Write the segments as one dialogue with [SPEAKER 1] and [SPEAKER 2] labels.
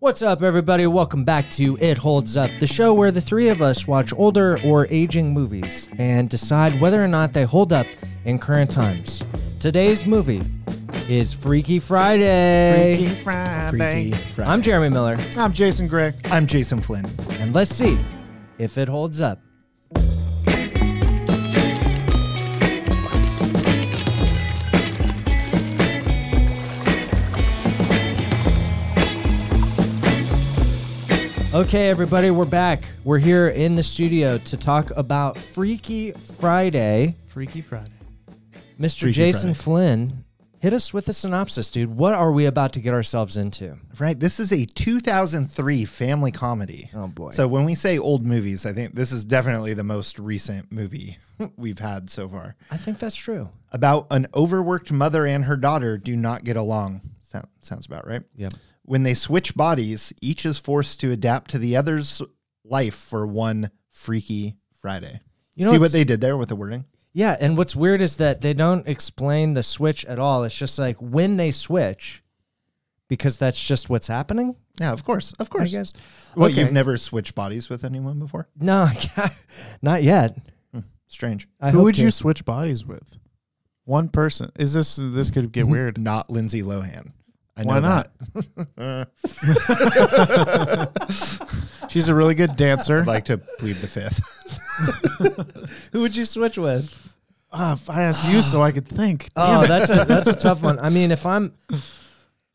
[SPEAKER 1] What's up, everybody? Welcome back to It Holds Up, the show where the three of us watch older or aging movies and decide whether or not they hold up in current times. Today's movie is Freaky Friday.
[SPEAKER 2] Freaky Friday.
[SPEAKER 3] Freaky Friday.
[SPEAKER 1] I'm Jeremy Miller,
[SPEAKER 2] I'm Jason Gray.
[SPEAKER 3] I'm Jason Flynn.
[SPEAKER 1] and let's see if it holds up. Okay, everybody, we're back. We're here in the studio to talk about Freaky Friday.
[SPEAKER 2] Freaky Friday.
[SPEAKER 1] Mr.
[SPEAKER 3] Freaky
[SPEAKER 1] Jason
[SPEAKER 3] Friday.
[SPEAKER 1] Flynn, hit us with a synopsis, dude. What are we about to get ourselves into?
[SPEAKER 3] Right, this is a 2003 family comedy.
[SPEAKER 1] Oh, boy.
[SPEAKER 3] So when we say old movies, I think this is definitely the most recent movie we've had so far.
[SPEAKER 1] I think that's true.
[SPEAKER 3] About an overworked mother and her daughter do not get along. Sound, sounds about right.
[SPEAKER 1] Yep.
[SPEAKER 3] When they switch bodies, each is forced to adapt to the other's life for one freaky Friday.
[SPEAKER 1] You know
[SPEAKER 3] See
[SPEAKER 1] what's-
[SPEAKER 3] what they did there with the wording?
[SPEAKER 1] Yeah, and what's weird is that they don't explain the switch at all. It's just like when they switch, because that's just what's happening.
[SPEAKER 3] Yeah, of course. Of
[SPEAKER 1] I
[SPEAKER 3] course.
[SPEAKER 1] guess.
[SPEAKER 3] What,
[SPEAKER 1] Okay.
[SPEAKER 3] you've never switched bodies with anyone before?
[SPEAKER 1] No, not yet.
[SPEAKER 3] Strange.
[SPEAKER 1] I
[SPEAKER 2] Who
[SPEAKER 1] hope
[SPEAKER 2] would
[SPEAKER 1] to.
[SPEAKER 2] you switch bodies with? One person. Is this this could get weird?
[SPEAKER 3] not Lindsay Lohan. I
[SPEAKER 2] Why
[SPEAKER 3] know
[SPEAKER 2] not?
[SPEAKER 3] That.
[SPEAKER 2] She's a really good dancer.
[SPEAKER 3] I'd like to plead the fifth.
[SPEAKER 1] Who would you switch with?
[SPEAKER 2] Ah, if I asked you so I could think.
[SPEAKER 1] Oh, that's a that's a tough one. I mean, if I'm,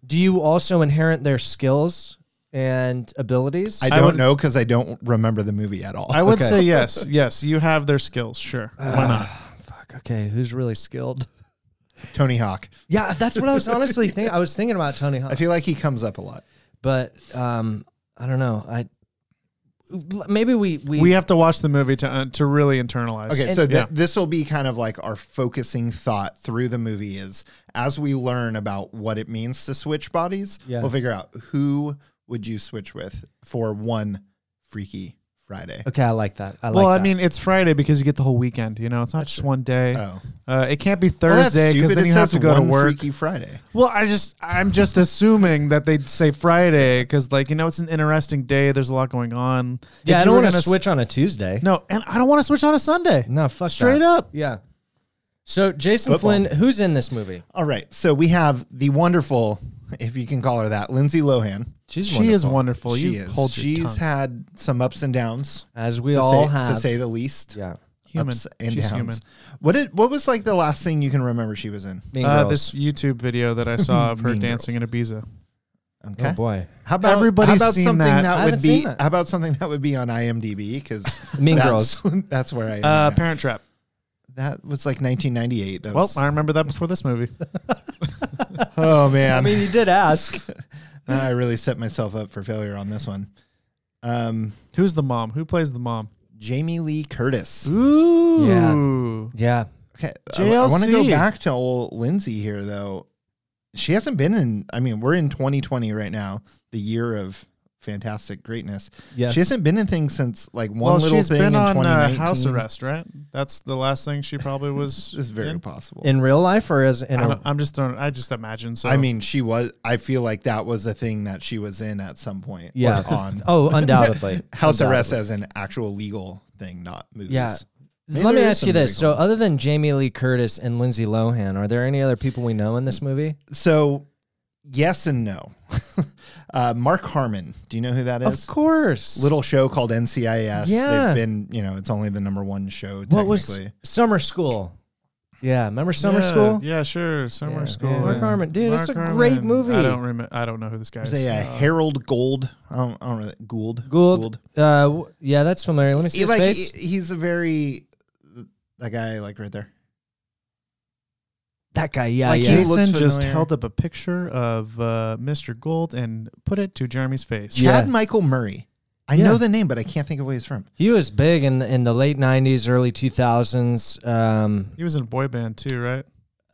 [SPEAKER 1] do you also inherit their skills and abilities?
[SPEAKER 3] I
[SPEAKER 2] I
[SPEAKER 3] don't
[SPEAKER 2] would-
[SPEAKER 3] know because I don't remember the movie at all.
[SPEAKER 2] I would
[SPEAKER 1] Okay.
[SPEAKER 2] say yes. Yes, you have their skills. Sure. Why not?
[SPEAKER 3] Ah.
[SPEAKER 1] Fuck. Okay, who's really skilled?
[SPEAKER 3] Tony Hawk.
[SPEAKER 1] Yeah, that's what I was honestly thinking. I was thinking about Tony Hawk.
[SPEAKER 3] I feel like he comes up a lot.
[SPEAKER 1] but um, I don't know. I maybe we we,
[SPEAKER 2] We have to watch the movie to uh, to really internalize.
[SPEAKER 3] Okay, so th-
[SPEAKER 2] yeah.
[SPEAKER 3] this will be kind of like our focusing thought through the movie is as we learn about what it means to switch bodies,
[SPEAKER 1] Yeah.
[SPEAKER 3] we'll figure out who would you switch with for one freaky Friday.
[SPEAKER 1] okay. I like that. I
[SPEAKER 2] well,
[SPEAKER 1] like
[SPEAKER 2] I
[SPEAKER 1] that.
[SPEAKER 2] mean, it's Friday because you get the whole weekend. You know, it's not just one day.
[SPEAKER 3] Oh,
[SPEAKER 2] Uh, it can't be
[SPEAKER 3] Well, that's
[SPEAKER 2] Thursday because
[SPEAKER 3] stupid.
[SPEAKER 2] then
[SPEAKER 3] It
[SPEAKER 2] you have to
[SPEAKER 3] says
[SPEAKER 2] go to
[SPEAKER 3] one
[SPEAKER 2] work.
[SPEAKER 3] Freaky Friday.
[SPEAKER 2] Well, I just I'm just assuming that they'd say Friday because like you know it's an interesting day. There's a lot going on.
[SPEAKER 1] Yeah,
[SPEAKER 2] If
[SPEAKER 1] I
[SPEAKER 2] you
[SPEAKER 1] don't
[SPEAKER 2] were
[SPEAKER 1] want to
[SPEAKER 2] gonna s-
[SPEAKER 1] switch on a Tuesday.
[SPEAKER 2] No, and I don't want to switch on a Sunday. Uh,
[SPEAKER 1] no, fuck
[SPEAKER 2] Straight
[SPEAKER 1] that.
[SPEAKER 2] up.
[SPEAKER 1] Yeah. So Jason
[SPEAKER 3] Football.
[SPEAKER 1] Flynn, who's in this movie?
[SPEAKER 3] All right, so we have the wonderful, if you can call her that, Lindsay Lohan.
[SPEAKER 1] She's
[SPEAKER 2] she is wonderful.
[SPEAKER 3] she
[SPEAKER 2] you
[SPEAKER 3] is.
[SPEAKER 2] hold your
[SPEAKER 3] She's
[SPEAKER 2] tongue.
[SPEAKER 3] had some ups and downs.
[SPEAKER 1] as we
[SPEAKER 3] to
[SPEAKER 1] all
[SPEAKER 3] say,
[SPEAKER 1] have.
[SPEAKER 3] to say the least.
[SPEAKER 1] yeah.
[SPEAKER 2] human.
[SPEAKER 3] Ups and
[SPEAKER 2] She's
[SPEAKER 3] downs.
[SPEAKER 2] human.
[SPEAKER 3] What did what was like the last thing you can remember she was in?
[SPEAKER 1] Mean
[SPEAKER 2] Uh,
[SPEAKER 1] Girls.
[SPEAKER 2] this YouTube video that I saw of her
[SPEAKER 3] Mean
[SPEAKER 2] dancing in Ibiza.
[SPEAKER 3] Okay.
[SPEAKER 1] Oh boy.
[SPEAKER 3] How about
[SPEAKER 2] Everybody's
[SPEAKER 3] how about
[SPEAKER 2] seen
[SPEAKER 3] something
[SPEAKER 2] that.
[SPEAKER 3] that,
[SPEAKER 1] I haven't
[SPEAKER 3] would be
[SPEAKER 1] seen that.
[SPEAKER 3] how about something that would be on IMDb because
[SPEAKER 1] Mean
[SPEAKER 3] that's, that's where I am
[SPEAKER 2] Uh,
[SPEAKER 3] now.
[SPEAKER 2] Parent Trap.
[SPEAKER 3] that was like 1998. That
[SPEAKER 2] Well,
[SPEAKER 3] was,
[SPEAKER 2] I remember that before this movie.
[SPEAKER 3] oh
[SPEAKER 1] I
[SPEAKER 3] man,
[SPEAKER 1] mean, you did ask.
[SPEAKER 3] I really set myself up for failure on this one. Um,
[SPEAKER 2] Who's the mom? Who plays the mom?
[SPEAKER 3] Jamie Lee Curtis.
[SPEAKER 2] Ooh.
[SPEAKER 1] yeah.
[SPEAKER 3] Okay, I, want to go
[SPEAKER 2] JLC.
[SPEAKER 3] back to old Lindsay here though. She hasn't been in. I mean, we're in 2020 right now, the year of fantastic greatness.
[SPEAKER 1] Yes.
[SPEAKER 3] She hasn't been in things since like one
[SPEAKER 2] Well,
[SPEAKER 3] little
[SPEAKER 2] she's
[SPEAKER 3] thing
[SPEAKER 2] been
[SPEAKER 3] in
[SPEAKER 2] on uh,
[SPEAKER 3] 2019.
[SPEAKER 2] house arrest, right? That's the last thing she probably was.
[SPEAKER 3] It's very
[SPEAKER 2] in.
[SPEAKER 3] possible.
[SPEAKER 1] in real life or as in
[SPEAKER 2] I
[SPEAKER 1] a,
[SPEAKER 2] don't- I'm just throwing. I just imagine. So
[SPEAKER 3] I mean, she was. I feel like that was a thing that she was in at some point.
[SPEAKER 1] yeah.
[SPEAKER 3] or on
[SPEAKER 1] Oh, undoubtedly.
[SPEAKER 3] house arrest
[SPEAKER 1] Undoubtedly.
[SPEAKER 3] as an actual legal thing, not movies.
[SPEAKER 1] Yeah.
[SPEAKER 3] Maybe
[SPEAKER 1] Let me
[SPEAKER 3] there is
[SPEAKER 1] ask you
[SPEAKER 3] some
[SPEAKER 1] this. So,
[SPEAKER 3] legal-
[SPEAKER 1] other than Jamie Lee Curtis and Lindsay Lohan, are there any other people we know in this movie?
[SPEAKER 3] So, yes and no. uh, Mark Harmon. Do you know who that is?
[SPEAKER 1] Of course.
[SPEAKER 3] Little show called NCIS.
[SPEAKER 1] Yeah.
[SPEAKER 3] They've been, you know, it's only the number one show.
[SPEAKER 1] what
[SPEAKER 3] Technically.
[SPEAKER 1] was summer school? Yeah, remember summer
[SPEAKER 2] Yeah,
[SPEAKER 1] school?
[SPEAKER 2] Yeah, sure. Summer
[SPEAKER 1] Yeah.
[SPEAKER 2] school.
[SPEAKER 1] Mark
[SPEAKER 2] yeah.
[SPEAKER 1] Harmon. Dude,
[SPEAKER 2] Mark
[SPEAKER 1] it's a great
[SPEAKER 2] Harmon.
[SPEAKER 1] movie.
[SPEAKER 2] I don't remember. I don't know who this guy is.
[SPEAKER 3] Say uh,
[SPEAKER 2] Uh,
[SPEAKER 3] Harold Gold. I don't, I don't really, Gould.
[SPEAKER 1] Gould. Uh, w- yeah, that's familiar. Let me see
[SPEAKER 3] He,
[SPEAKER 1] his
[SPEAKER 3] like,
[SPEAKER 1] face.
[SPEAKER 3] he- he's a very that guy like right there.
[SPEAKER 1] that guy. Yeah,
[SPEAKER 3] like,
[SPEAKER 1] yeah.
[SPEAKER 3] he
[SPEAKER 2] Jason
[SPEAKER 3] looks
[SPEAKER 2] just
[SPEAKER 3] familiar.
[SPEAKER 2] held up a picture of uh, Mr. Gold and put it to Jeremy's face.
[SPEAKER 1] Yeah.
[SPEAKER 3] Chad Michael Murray. I
[SPEAKER 1] Yeah.
[SPEAKER 3] know the name, but I can't think of where he's from.
[SPEAKER 1] He was big in the, in the late '90s, early 2000s. Um,
[SPEAKER 2] He was in a boy band too, right?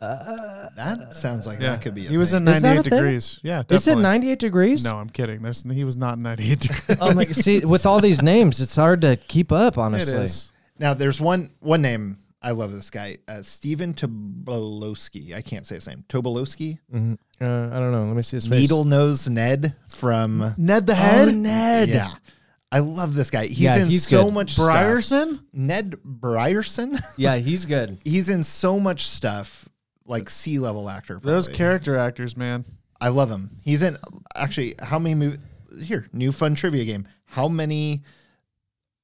[SPEAKER 1] uh,
[SPEAKER 3] That sounds like
[SPEAKER 2] yeah.
[SPEAKER 3] that could be. A
[SPEAKER 2] He was
[SPEAKER 3] thing.
[SPEAKER 2] in
[SPEAKER 1] Is that a
[SPEAKER 2] 98
[SPEAKER 1] thing?
[SPEAKER 2] degrees. Yeah,
[SPEAKER 1] is it
[SPEAKER 2] definitely.
[SPEAKER 1] 98 degrees?
[SPEAKER 2] No, I'm kidding. There's, he was not in 98 degrees.
[SPEAKER 1] Oh my! See, with all these names, it's hard to keep up. Honestly,
[SPEAKER 2] It is.
[SPEAKER 3] Now there's one one name I love this guy, uh, Stephen Tobolowski. I can't say his name. Tobolowski,
[SPEAKER 1] Mhm. Uh, I don't know. Let me see his face.
[SPEAKER 3] Needle Nose Ned from
[SPEAKER 2] Ned the
[SPEAKER 1] Oh,
[SPEAKER 2] Head,
[SPEAKER 1] Ned.
[SPEAKER 3] Yeah, I love this guy. He's
[SPEAKER 1] Yeah,
[SPEAKER 3] in
[SPEAKER 1] he's
[SPEAKER 3] so
[SPEAKER 1] good.
[SPEAKER 3] much stuff.
[SPEAKER 2] Brierson.
[SPEAKER 3] Ned Brierson.
[SPEAKER 1] Yeah, he's good.
[SPEAKER 3] he's in so much stuff. Like C level actor.
[SPEAKER 2] Those
[SPEAKER 3] probably.
[SPEAKER 2] character actors, man.
[SPEAKER 3] I love him. He's in actually how many movies? Here, new fun trivia game. How many?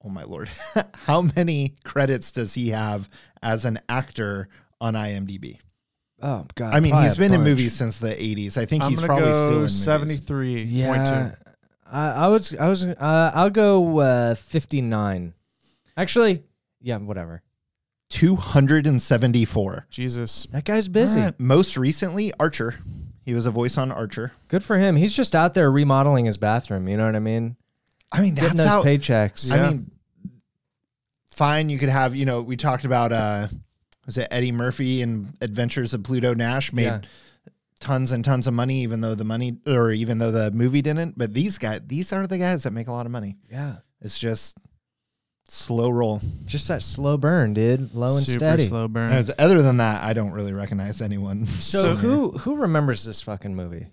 [SPEAKER 3] Oh my lord! how many credits does he have as an actor on IMDb?
[SPEAKER 1] Oh God.
[SPEAKER 3] I mean,
[SPEAKER 1] probably
[SPEAKER 3] he's
[SPEAKER 1] a
[SPEAKER 3] been in
[SPEAKER 1] bunch.
[SPEAKER 3] movies since the '80s. I think
[SPEAKER 2] I'm
[SPEAKER 3] he's
[SPEAKER 2] gonna
[SPEAKER 3] probably still in
[SPEAKER 2] go
[SPEAKER 3] movies.
[SPEAKER 2] seventy three point
[SPEAKER 1] Yeah.
[SPEAKER 2] two.
[SPEAKER 1] I, I was. I was. Uh, I'll go uh, fifty nine. Actually, yeah, whatever.
[SPEAKER 3] 274.
[SPEAKER 2] Jesus.
[SPEAKER 1] That guy's busy.
[SPEAKER 2] All right.
[SPEAKER 3] Most recently, Archer. He was a voice on Archer.
[SPEAKER 1] Good for him. He's just out there remodeling his bathroom. You know what I mean?
[SPEAKER 3] I mean, that's
[SPEAKER 1] Getting those
[SPEAKER 3] how.
[SPEAKER 1] paychecks.
[SPEAKER 3] I mean, fine. You could have. You know, we talked about. uh Was it Eddie Murphy in Adventures of Pluto Nash made
[SPEAKER 1] Yeah.
[SPEAKER 3] tons and tons of money, even though the money or even though the movie didn't. But these guys, these are the guys that make a lot of money.
[SPEAKER 1] yeah.
[SPEAKER 3] It's just slow roll.
[SPEAKER 1] Just that slow burn, dude. Low Oh, and
[SPEAKER 2] Super
[SPEAKER 1] steady.
[SPEAKER 2] slow burn.
[SPEAKER 3] As- Other than that, I don't really recognize anyone.
[SPEAKER 1] So who who remembers this fucking movie?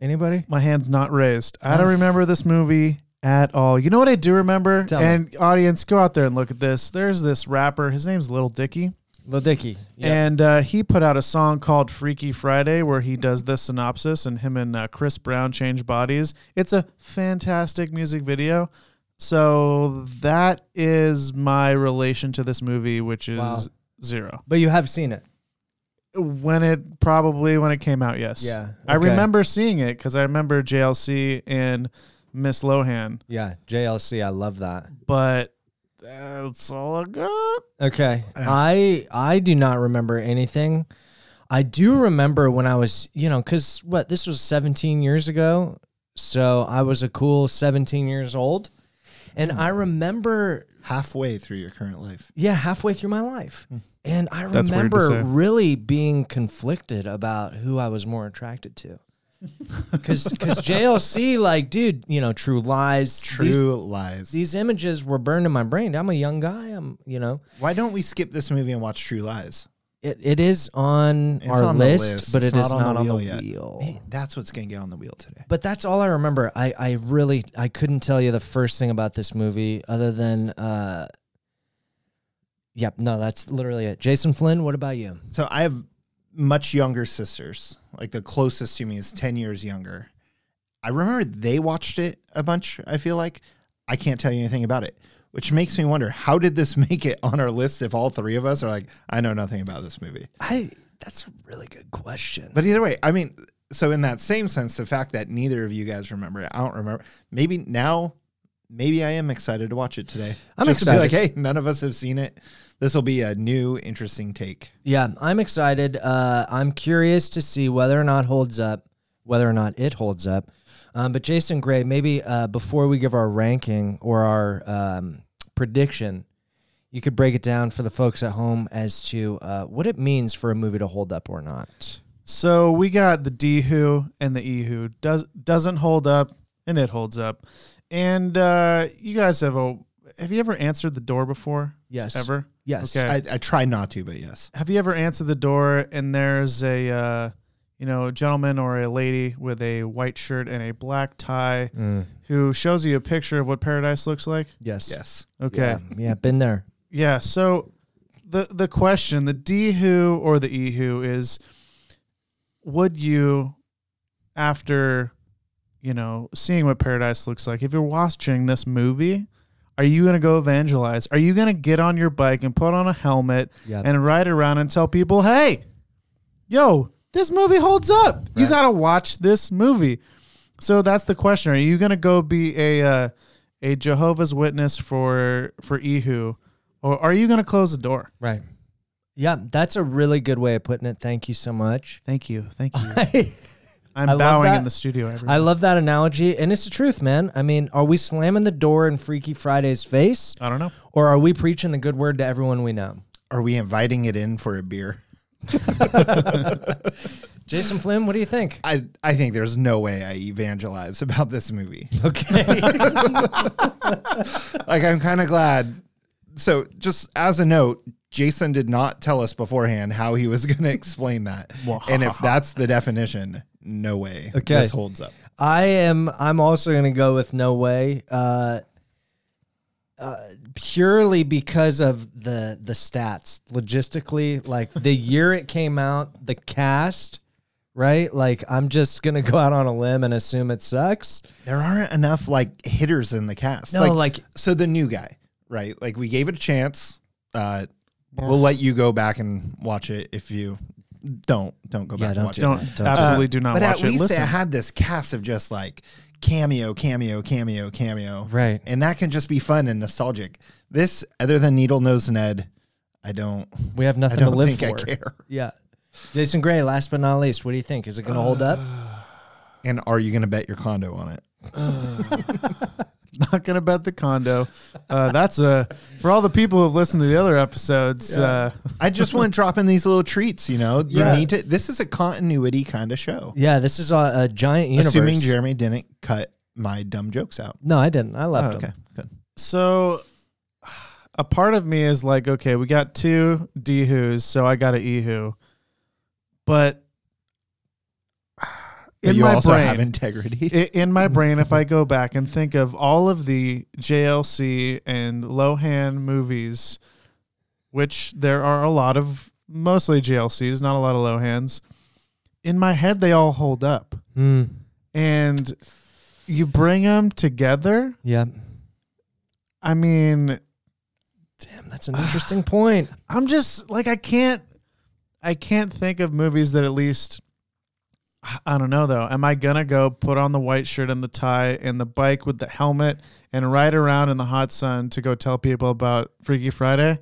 [SPEAKER 1] Anybody?
[SPEAKER 2] My hand's not raised. I
[SPEAKER 1] Ah.
[SPEAKER 2] don't remember this movie at all. You know what I do remember?
[SPEAKER 1] Tell me.
[SPEAKER 2] and audience, go out there and look at this. There's this rapper. His name's Little Dicky.
[SPEAKER 1] Lil Dicky.
[SPEAKER 2] And uh, he put out a song called Freaky Friday where he does this synopsis and him and uh, Chris Brown change bodies. It's a fantastic music video. So that is my relation to this movie, which is
[SPEAKER 1] Wow.
[SPEAKER 2] zero.
[SPEAKER 1] But you have seen it.
[SPEAKER 2] When it probably when it came out, yes.
[SPEAKER 1] Yeah,
[SPEAKER 2] I
[SPEAKER 1] okay.
[SPEAKER 2] remember seeing it because I remember JLC and Miss Lohan,
[SPEAKER 1] Yeah. JLC. I love that.
[SPEAKER 2] but that's all I got.
[SPEAKER 1] Okay. I I do not remember anything. I do remember when I was, you know, cuz what this was 17 years ago. So I was a cool 17 years old. And I remember
[SPEAKER 3] halfway through your current life?
[SPEAKER 1] yeah, halfway through my life.
[SPEAKER 3] Hmm.
[SPEAKER 1] And I
[SPEAKER 2] That's weird to
[SPEAKER 1] remember
[SPEAKER 2] say.
[SPEAKER 1] really being conflicted about who I was more attracted to. Cuz cuz JLC like dude, you know, True Lies, these-
[SPEAKER 3] True lies.
[SPEAKER 1] these images were burned in my brain. I'm a young guy. I'm, you know,
[SPEAKER 3] Why don't we skip this movie and watch True Lies?
[SPEAKER 1] It, it is on
[SPEAKER 3] It's
[SPEAKER 1] our
[SPEAKER 3] on the
[SPEAKER 1] list,
[SPEAKER 3] list.
[SPEAKER 1] but
[SPEAKER 3] It's
[SPEAKER 1] it is
[SPEAKER 3] not on the
[SPEAKER 1] not on the
[SPEAKER 3] wheel yet.
[SPEAKER 1] wheel.
[SPEAKER 3] Hey, that's what's gonna get on the wheel today.
[SPEAKER 1] But that's all I remember. I, I really I couldn't tell you the first thing about this movie other than uh Yep, no, that's literally it. Jason Flynn, what about you?
[SPEAKER 3] So I have much younger sisters. Like the closest to me is 10 years younger. I remember they watched it a bunch, I feel like. I can't tell you anything about it, which makes me wonder how did this make it on our list if all three of us are like, I know nothing about this movie?
[SPEAKER 1] I that's a really good question.
[SPEAKER 3] But either way, I mean, so in that same sense, the fact that neither of you guys remember it, I don't remember. Maybe now, maybe I am excited to watch it today.
[SPEAKER 1] I'm
[SPEAKER 3] Just
[SPEAKER 1] excited.
[SPEAKER 3] to be like, hey, none of us have seen it. This will be a new, interesting take.
[SPEAKER 1] Yeah, I'm excited. Uh, I'm curious to see whether or not holds up, whether or not it holds up. Um, but Jason Gray, maybe uh, before we give our ranking or our um, prediction, you could break it down for the folks at home as to uh, what it means for a movie to hold up or not.
[SPEAKER 2] So we got the D who and the E who does doesn't hold up and it holds up. And uh, you guys have a have you ever answered the door before?
[SPEAKER 1] Yes.
[SPEAKER 2] Ever?
[SPEAKER 1] Yes.
[SPEAKER 2] Okay.
[SPEAKER 3] I, I try not to, but yes.
[SPEAKER 2] have you ever answered the door and there's a uh, you know a gentleman or a lady with a white shirt and a black tie who shows you a picture of what paradise looks like?
[SPEAKER 1] Mm, Yes.
[SPEAKER 3] Yes.
[SPEAKER 2] Okay.
[SPEAKER 1] Yeah. yeah, been there.
[SPEAKER 2] Yeah. So the the question, the D who or the E who is, would you, after, you know, seeing what paradise looks like, if you're watching this movie, are you gonna go evangelize? Are you gonna get on your bike and put on a helmet
[SPEAKER 1] Yeah.
[SPEAKER 2] and ride around and tell people, hey, yo, this movie holds up. You
[SPEAKER 1] Right.
[SPEAKER 2] gotta watch this movie. So that's the question. Are you gonna go be a uh, a Jehovah's Witness for for Ehu, or are you gonna close the door?
[SPEAKER 1] Right. Yeah, that's a really good way of putting it. Thank you so much.
[SPEAKER 2] Thank you, thank you. I'm
[SPEAKER 1] I love
[SPEAKER 2] bowing
[SPEAKER 1] that.
[SPEAKER 2] in the studio. Everyone.
[SPEAKER 1] I
[SPEAKER 3] Mm-hmm.
[SPEAKER 1] love that analogy, and it's the truth, man. I mean, are we slamming the door in Freaky Friday's face,
[SPEAKER 2] I don't know.
[SPEAKER 1] or are we preaching the good word to everyone we know?
[SPEAKER 3] Are we inviting it in for a beer?
[SPEAKER 1] Jason Flynn, what do you think?
[SPEAKER 3] I I think there's no way I evangelize about this movie.
[SPEAKER 1] Okay.
[SPEAKER 3] like I'm kind of glad. So just as a note, Jason did not tell us beforehand how he was going to explain that. and if that's the definition, no way.
[SPEAKER 1] Okay.
[SPEAKER 3] This holds up.
[SPEAKER 1] I am. I'm also going to go with no way. Uh, uh, purely because of the the stats logistically, like the year it came out, the cast, right? Like I'm just gonna go out on a limb and assume it sucks.
[SPEAKER 3] There aren't enough like hitters in the cast.
[SPEAKER 1] No, like,
[SPEAKER 3] so the new guy, right? Like we gave it a chance. Uh, we'll let you go back and watch it if you don't don't go
[SPEAKER 1] Yeah,
[SPEAKER 3] back
[SPEAKER 1] don't
[SPEAKER 3] and watch
[SPEAKER 1] do
[SPEAKER 3] it.
[SPEAKER 1] that.
[SPEAKER 2] Don't
[SPEAKER 1] Don't-
[SPEAKER 2] absolutely do not
[SPEAKER 3] But
[SPEAKER 2] watch
[SPEAKER 3] at least
[SPEAKER 2] it. Listen,
[SPEAKER 3] it had this cast of just like cameo, cameo, cameo, cameo,
[SPEAKER 1] right.
[SPEAKER 3] and that can just be fun and nostalgic. This, other than Needle Nose Ned, I don't.
[SPEAKER 1] We have
[SPEAKER 3] I
[SPEAKER 1] nothing to
[SPEAKER 3] don't
[SPEAKER 1] live
[SPEAKER 3] think
[SPEAKER 1] for.
[SPEAKER 3] I care.
[SPEAKER 1] Yeah. Jason Gray. Last but not least, what do you think? Is it gonna hold up?
[SPEAKER 3] And are you going to bet your condo on it?
[SPEAKER 2] not gonna bet the condo. Uh, that's a for all the people who've listened to the other episodes. Uh,
[SPEAKER 3] I just want to drop in these little treats. You know, you
[SPEAKER 1] Yeah.
[SPEAKER 3] need to. This is a continuity kind of show.
[SPEAKER 1] Yeah. This is a, a giant universe.
[SPEAKER 3] Assuming Jeremy didn't cut my dumb jokes out.
[SPEAKER 1] no, I didn't. I left
[SPEAKER 3] Oh, okay,
[SPEAKER 1] him.
[SPEAKER 3] good.
[SPEAKER 2] so a part of me is like, okay, we got two D who's, so I got an E who, but.
[SPEAKER 3] But
[SPEAKER 2] in
[SPEAKER 3] you
[SPEAKER 2] my
[SPEAKER 3] also
[SPEAKER 2] brain,
[SPEAKER 3] have integrity.
[SPEAKER 2] I- in my brain if I go back and think of all of the JLC and Lohan movies, which there are a lot of, mostly JLCs, not a lot of Lohans. In my head, they all hold up,
[SPEAKER 1] Hmm.
[SPEAKER 2] and you bring them together.
[SPEAKER 1] yeah.
[SPEAKER 2] I mean,
[SPEAKER 1] Damn, that's an interesting point.
[SPEAKER 2] I'm just like I can't, I can't think of movies that at least. I- I don't know though. Am I gonna go put on the white shirt and the tie and the bike with the helmet and ride around in the hot sun to go tell people about Freaky Friday?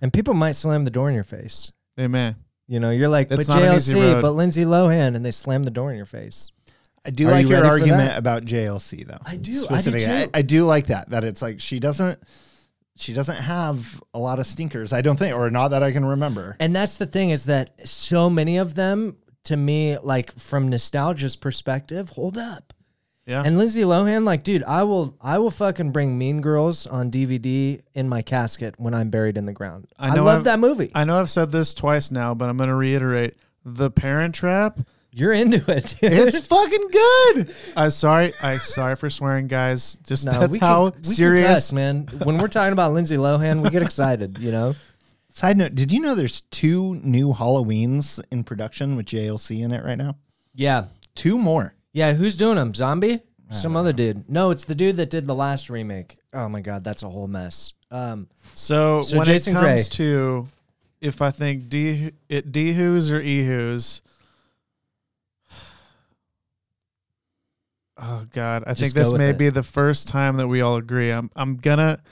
[SPEAKER 1] And people might slam the door in your face.
[SPEAKER 2] Amen.
[SPEAKER 1] You know, you're like,
[SPEAKER 2] That's
[SPEAKER 1] but
[SPEAKER 2] not an easy
[SPEAKER 1] JLC,
[SPEAKER 2] road.
[SPEAKER 1] but Lindsay Lohan, and they slam the door in your face.
[SPEAKER 3] I do
[SPEAKER 1] Are
[SPEAKER 3] like
[SPEAKER 1] you
[SPEAKER 3] your
[SPEAKER 1] ready for
[SPEAKER 3] argument
[SPEAKER 1] that?
[SPEAKER 3] about JLC though.
[SPEAKER 1] I do, I do
[SPEAKER 3] Specifically, I,
[SPEAKER 1] too.
[SPEAKER 3] I do like that. That it's like she doesn't she doesn't have a lot of stinkers. I don't think, or not that I can remember.
[SPEAKER 1] And that's the thing is that so many of them, to me, like from nostalgia's perspective, hold up.
[SPEAKER 2] Yeah.
[SPEAKER 1] And Lindsay Lohan, like, dude, I will, I will fucking bring Mean Girls on DVD in my casket when I'm buried in the ground.
[SPEAKER 2] I
[SPEAKER 1] I,
[SPEAKER 2] know
[SPEAKER 1] love
[SPEAKER 2] I've-
[SPEAKER 1] that movie.
[SPEAKER 2] I know I've said this twice now, but I'm gonna reiterate: The Parent Trap.
[SPEAKER 1] You're into it. Dude.
[SPEAKER 2] It's fucking good. I'm sorry. I sorry for swearing, guys. Just that's how
[SPEAKER 1] can, we can
[SPEAKER 2] serious.
[SPEAKER 1] cuss, man. When we're talking about Lindsay Lohan, we get excited. You know,
[SPEAKER 3] Side note: Did you know there's two new Halloweens in production with JLC in it right now?
[SPEAKER 1] yeah,
[SPEAKER 3] Two more.
[SPEAKER 1] Yeah, who's doing them? Zombie? Some other dude. No, it's the dude that did the last remake. Oh my god, that's a whole mess. Um,
[SPEAKER 2] So,
[SPEAKER 1] So
[SPEAKER 2] when
[SPEAKER 1] Jason
[SPEAKER 2] it
[SPEAKER 1] Gray.
[SPEAKER 2] comes to if I think D it D who's or E who's. Oh God, I think
[SPEAKER 1] go
[SPEAKER 2] this
[SPEAKER 1] with
[SPEAKER 2] may
[SPEAKER 1] it.
[SPEAKER 2] be the first time that we all agree. I'm I'm gonna.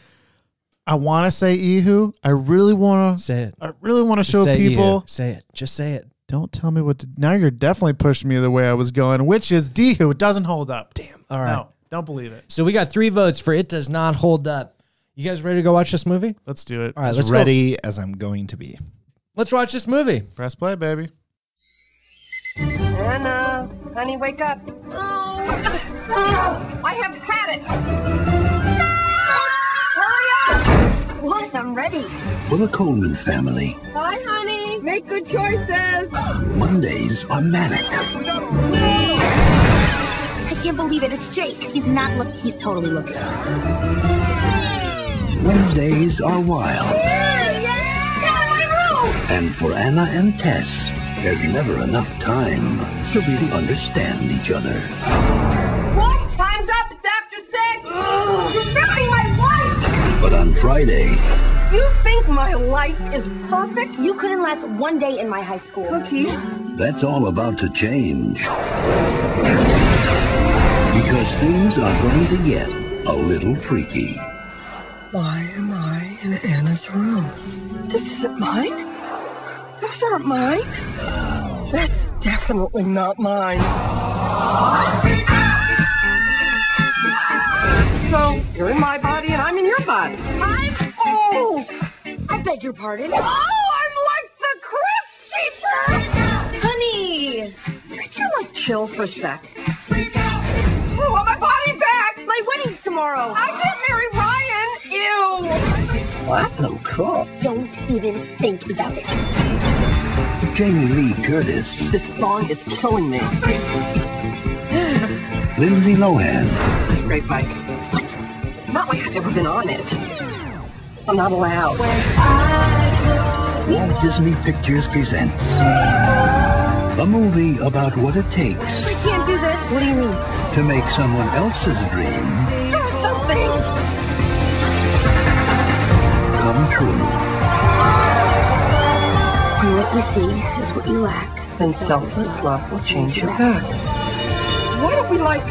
[SPEAKER 2] I want to say E who. I really want to.
[SPEAKER 1] say it.
[SPEAKER 2] I really want to
[SPEAKER 1] Just
[SPEAKER 2] show
[SPEAKER 1] say
[SPEAKER 2] people.
[SPEAKER 1] you. Say it. Just say it.
[SPEAKER 2] Don't tell me what to. Now you're definitely pushing me the way I was going, which is D who. It doesn't hold up. Damn.
[SPEAKER 1] All
[SPEAKER 2] No,
[SPEAKER 1] right.
[SPEAKER 2] don't believe it.
[SPEAKER 1] So we got three votes for it does not hold up. You guys ready to go watch this movie?
[SPEAKER 2] Let's do it.
[SPEAKER 1] All right,
[SPEAKER 3] as
[SPEAKER 1] let's go.
[SPEAKER 3] ready as I'm going to be.
[SPEAKER 1] Let's watch this movie.
[SPEAKER 2] Press play, baby.
[SPEAKER 4] Anna, honey, wake up. Oh, I have had it. Hurry up! What? I'm ready.
[SPEAKER 5] For the Coleman family,
[SPEAKER 4] Bye, honey. Make good choices.
[SPEAKER 5] Mondays are manic.
[SPEAKER 6] I can't believe it. It's Jake. He's not look. He's totally looking.
[SPEAKER 5] Wednesdays are wild.
[SPEAKER 4] Get out of my room!
[SPEAKER 5] And for Anna and Tess, there's never enough time to really understand each other.
[SPEAKER 4] What? Time's up. It's after six. You're ruining my life.
[SPEAKER 5] But on Friday,
[SPEAKER 4] You think my life is perfect?
[SPEAKER 6] You couldn't last one day in my high school.
[SPEAKER 4] Cookie.
[SPEAKER 5] that's all about to change. Because things are going to get a little freaky.
[SPEAKER 7] Why am I in Anna's room?
[SPEAKER 4] This isn't mine. Those aren't mine.
[SPEAKER 7] That's definitely not mine.
[SPEAKER 4] So you're in my body and I'm in your body. I'm old.
[SPEAKER 6] I beg your pardon.
[SPEAKER 4] Oh, I'm like the crypt keeper. Honey, could you like chill for a sec? I want my body back. My wedding's tomorrow. I can't marry Ryan. Ew.
[SPEAKER 5] platinum cup.
[SPEAKER 6] Don't even think about it.
[SPEAKER 5] Jamie Lee Curtis,
[SPEAKER 8] This song is
[SPEAKER 4] Oh,
[SPEAKER 8] killing me.
[SPEAKER 5] Lindsay Lohan,
[SPEAKER 8] Great bike. What? Not like I've ever been on it. I'm not allowed.
[SPEAKER 5] Walt Disney Pictures presents a movie about what it takes
[SPEAKER 6] I can't do this. What do you mean?
[SPEAKER 5] to make someone else's dream
[SPEAKER 6] Do something.
[SPEAKER 5] come true.
[SPEAKER 6] And what you see is what you lack.
[SPEAKER 8] Then selfless love will change your back. Why don't we like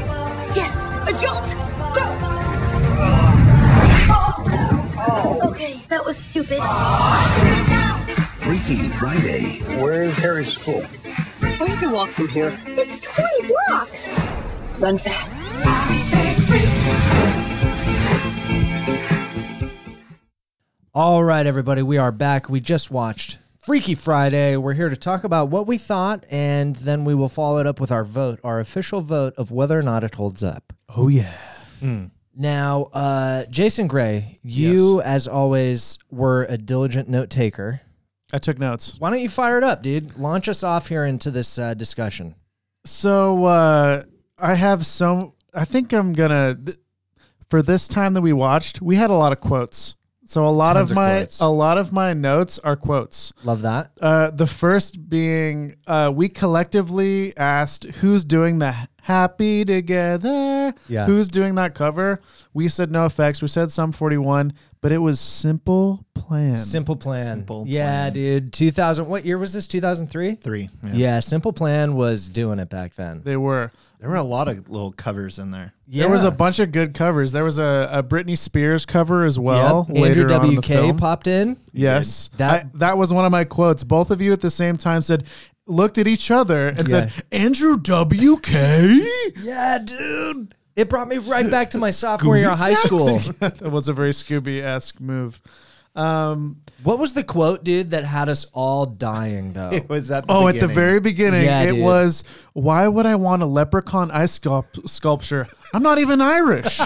[SPEAKER 6] Yes, a jolt. Go. Oh, Okay, that was stupid.
[SPEAKER 5] Freaky Friday. Where's Harry's school?
[SPEAKER 8] we can walk from here?
[SPEAKER 6] It's 20 blocks.
[SPEAKER 8] Run fast.
[SPEAKER 1] All right, everybody, we are back. We just watched Freaky Friday. We're here to talk about what we thought, and then we will follow it up with our vote, our official vote of whether or not it holds up.
[SPEAKER 2] Oh yeah.
[SPEAKER 1] Now, uh, Jason Gray, you, as always, were a diligent note taker.
[SPEAKER 2] I took notes.
[SPEAKER 1] Why don't you fire it up, dude? Launch us off here into this uh, discussion.
[SPEAKER 2] So uh, I have some. I think I'm gonna th- for this time that we watched. We had a lot of quotes. So a lot
[SPEAKER 1] Tons
[SPEAKER 2] of
[SPEAKER 1] of
[SPEAKER 2] my
[SPEAKER 1] quotes.
[SPEAKER 2] a lot of my notes are quotes.
[SPEAKER 1] Love that.
[SPEAKER 2] Uh, the first being uh, we collectively asked who's doing the happy together.
[SPEAKER 1] Yeah.
[SPEAKER 2] Who's doing that cover? We said no effects. We said some 41, but it was simple plan.
[SPEAKER 1] Simple plan.
[SPEAKER 3] Simple
[SPEAKER 1] Yeah,
[SPEAKER 3] Plan.
[SPEAKER 1] dude. 2000. What year was this? 2003?
[SPEAKER 3] Three. Yeah.
[SPEAKER 1] Yeah, Simple Plan was doing it back then.
[SPEAKER 2] They were.
[SPEAKER 3] There were a lot of little covers in there.
[SPEAKER 1] Yeah.
[SPEAKER 2] There was a bunch of good covers. There was a, a Britney Spears cover as well.
[SPEAKER 1] Yep. Andrew
[SPEAKER 2] later on in the
[SPEAKER 1] WK
[SPEAKER 2] film.
[SPEAKER 1] popped in.
[SPEAKER 2] Yes,
[SPEAKER 1] That-
[SPEAKER 2] that that was one of my quotes. Both of you at the same time said, looked at each other and said, "Andrew WK."
[SPEAKER 1] Yeah, dude. It brought me right back to my sophomore year of high school.
[SPEAKER 2] that was a very Scooby esque move. Um,
[SPEAKER 1] What was the quote, dude, that had us all dying though?
[SPEAKER 3] It was at the
[SPEAKER 2] oh, at the
[SPEAKER 3] beginning.
[SPEAKER 2] very beginning,
[SPEAKER 1] Yeah,
[SPEAKER 2] it
[SPEAKER 1] dude.
[SPEAKER 2] was, "Why would I want a leprechaun ice sculpt- sculpture? I'm not even Irish."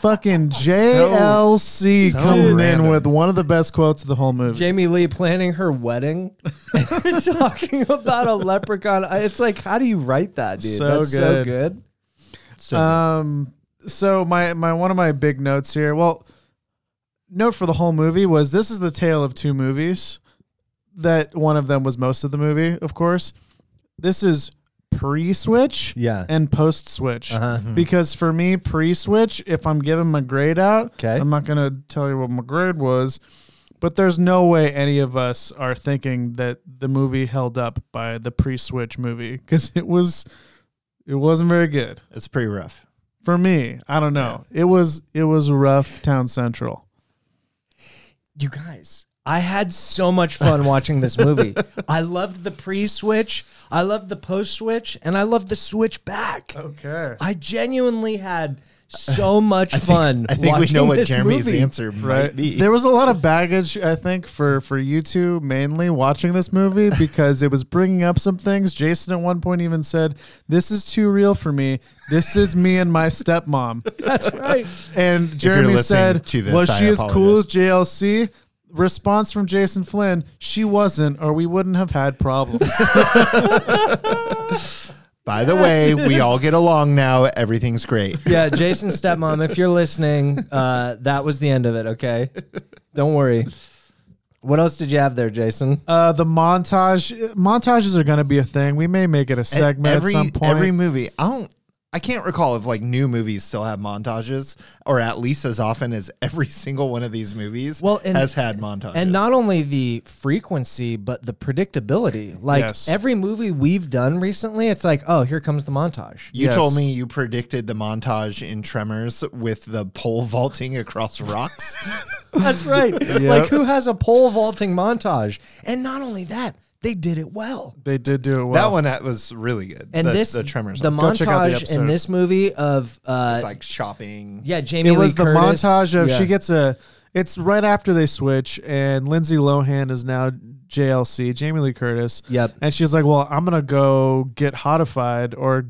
[SPEAKER 2] Fucking JLC
[SPEAKER 3] so
[SPEAKER 2] coming in
[SPEAKER 3] random.
[SPEAKER 2] with one of the best quotes of the whole movie.
[SPEAKER 1] Jamie Lee planning her wedding, and talking about a leprechaun. I- It's like, how do you write that, dude?
[SPEAKER 2] So
[SPEAKER 1] That's so
[SPEAKER 2] good.
[SPEAKER 1] good.
[SPEAKER 3] So
[SPEAKER 1] uh,
[SPEAKER 2] Um. So my my one of my big notes here. Well, note for the whole movie was this is the tale of two movies. That one of them was most of the movie, of course. This is pre-switch,
[SPEAKER 1] Yeah.
[SPEAKER 2] and post-switch. Because for me, pre-switch, if I'm giving my grade out,
[SPEAKER 1] 'Kay.
[SPEAKER 2] I'm not gonna tell you what my grade was. But there's no way any of us are thinking that the movie held up by the pre-switch movie because it was, it wasn't very good
[SPEAKER 3] it's pretty rough.
[SPEAKER 2] for me i don't know it was it was rough town central
[SPEAKER 1] You guys, I had so much fun watching this movie. I loved the pre-switch, I loved the post-switch, and I loved the switch back.
[SPEAKER 2] okay
[SPEAKER 1] I genuinely had so much fun.
[SPEAKER 3] Oh. I think we
[SPEAKER 1] watching
[SPEAKER 3] know what
[SPEAKER 1] this
[SPEAKER 3] Jeremy's
[SPEAKER 1] movie.
[SPEAKER 3] answer
[SPEAKER 2] right
[SPEAKER 3] might be.
[SPEAKER 2] there was a lot of baggage i think for for you two mainly watching this movie because it was bringing up some things jason at one point even said this is too real for me this is me and my stepmom
[SPEAKER 1] That's right.
[SPEAKER 2] and
[SPEAKER 3] you're
[SPEAKER 2] jeremy
[SPEAKER 3] listening
[SPEAKER 2] said
[SPEAKER 3] to this,
[SPEAKER 2] was
[SPEAKER 3] I
[SPEAKER 2] she as cool
[SPEAKER 3] apologize."
[SPEAKER 2] as jlc response from jason flynn she wasn't or we wouldn't have had problems
[SPEAKER 3] By the way, we all get along now. Everything's great.
[SPEAKER 1] Yeah, Jason's stepmom, if you're listening, uh, that was the end of it, okay? Don't worry. What else did you have there, Jason?
[SPEAKER 2] Uh, the montage montages are going to be a thing. We may make it a segment
[SPEAKER 3] E, every,
[SPEAKER 2] at some point.
[SPEAKER 3] Every movie, I don't. I can't recall if like new movies still have montages, or at least as often as every single one of these movies
[SPEAKER 1] Well, and-
[SPEAKER 3] has had montages.
[SPEAKER 1] And not only the frequency, but the predictability. Like
[SPEAKER 2] Yes.
[SPEAKER 1] every movie we've done recently, it's like, oh, here comes the montage.
[SPEAKER 3] you
[SPEAKER 2] Yes.
[SPEAKER 3] told me you predicted the montage in Tremors with the pole vaulting across rocks.
[SPEAKER 1] That's right. Like who has a pole vaulting montage? And not only that, they did it well.
[SPEAKER 2] they did do it well.
[SPEAKER 3] that one that was really good.
[SPEAKER 1] And
[SPEAKER 3] the,
[SPEAKER 1] this
[SPEAKER 3] the Tremors,
[SPEAKER 1] the
[SPEAKER 3] one.
[SPEAKER 2] Go check out
[SPEAKER 1] montage
[SPEAKER 2] the
[SPEAKER 1] in
[SPEAKER 2] episode.
[SPEAKER 1] this movie of uh
[SPEAKER 3] it's like shopping.
[SPEAKER 1] yeah, Jamie
[SPEAKER 2] it
[SPEAKER 1] Lee
[SPEAKER 2] was the
[SPEAKER 1] Curtis.
[SPEAKER 2] montage of
[SPEAKER 1] Yeah.
[SPEAKER 2] she gets a. It's right after they switch, and Lindsay Lohan is now JLC, Jamie Lee Curtis.
[SPEAKER 1] Yep.
[SPEAKER 2] And she's like, "Well, I'm gonna go get hotified, or,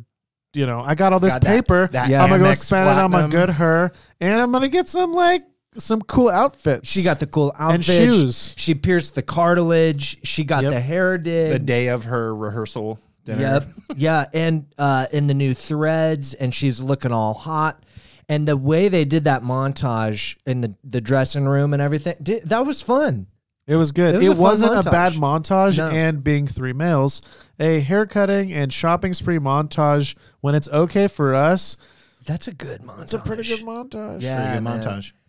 [SPEAKER 2] you know, I got all this
[SPEAKER 3] Got that-
[SPEAKER 2] paper.
[SPEAKER 3] that
[SPEAKER 2] I'm gonna go
[SPEAKER 3] Amex
[SPEAKER 2] spend it on my
[SPEAKER 3] Platinum.
[SPEAKER 2] good her, and I'm gonna get some like some cool outfits.
[SPEAKER 1] She got the cool
[SPEAKER 2] And
[SPEAKER 1] outfits.
[SPEAKER 2] shoes.
[SPEAKER 1] She pierced the cartilage. She got
[SPEAKER 2] Yep.
[SPEAKER 1] the hair did.
[SPEAKER 3] the day of her rehearsal dinner.
[SPEAKER 1] Yep. Yeah, and uh in the new threads and she's looking all hot. And the way they did that montage in the, the dressing room and everything, di- that was fun.
[SPEAKER 2] It was good.
[SPEAKER 1] It was a
[SPEAKER 2] It,
[SPEAKER 1] fun
[SPEAKER 2] was not
[SPEAKER 1] montage.
[SPEAKER 2] a bad montage.
[SPEAKER 1] No.
[SPEAKER 2] And being three males, a haircutting and shopping spree montage when it's okay for us.
[SPEAKER 1] That's a good montage.
[SPEAKER 2] It's a pretty good montage.
[SPEAKER 1] Yeah,
[SPEAKER 3] Pretty good
[SPEAKER 1] Ah, man.
[SPEAKER 3] montage.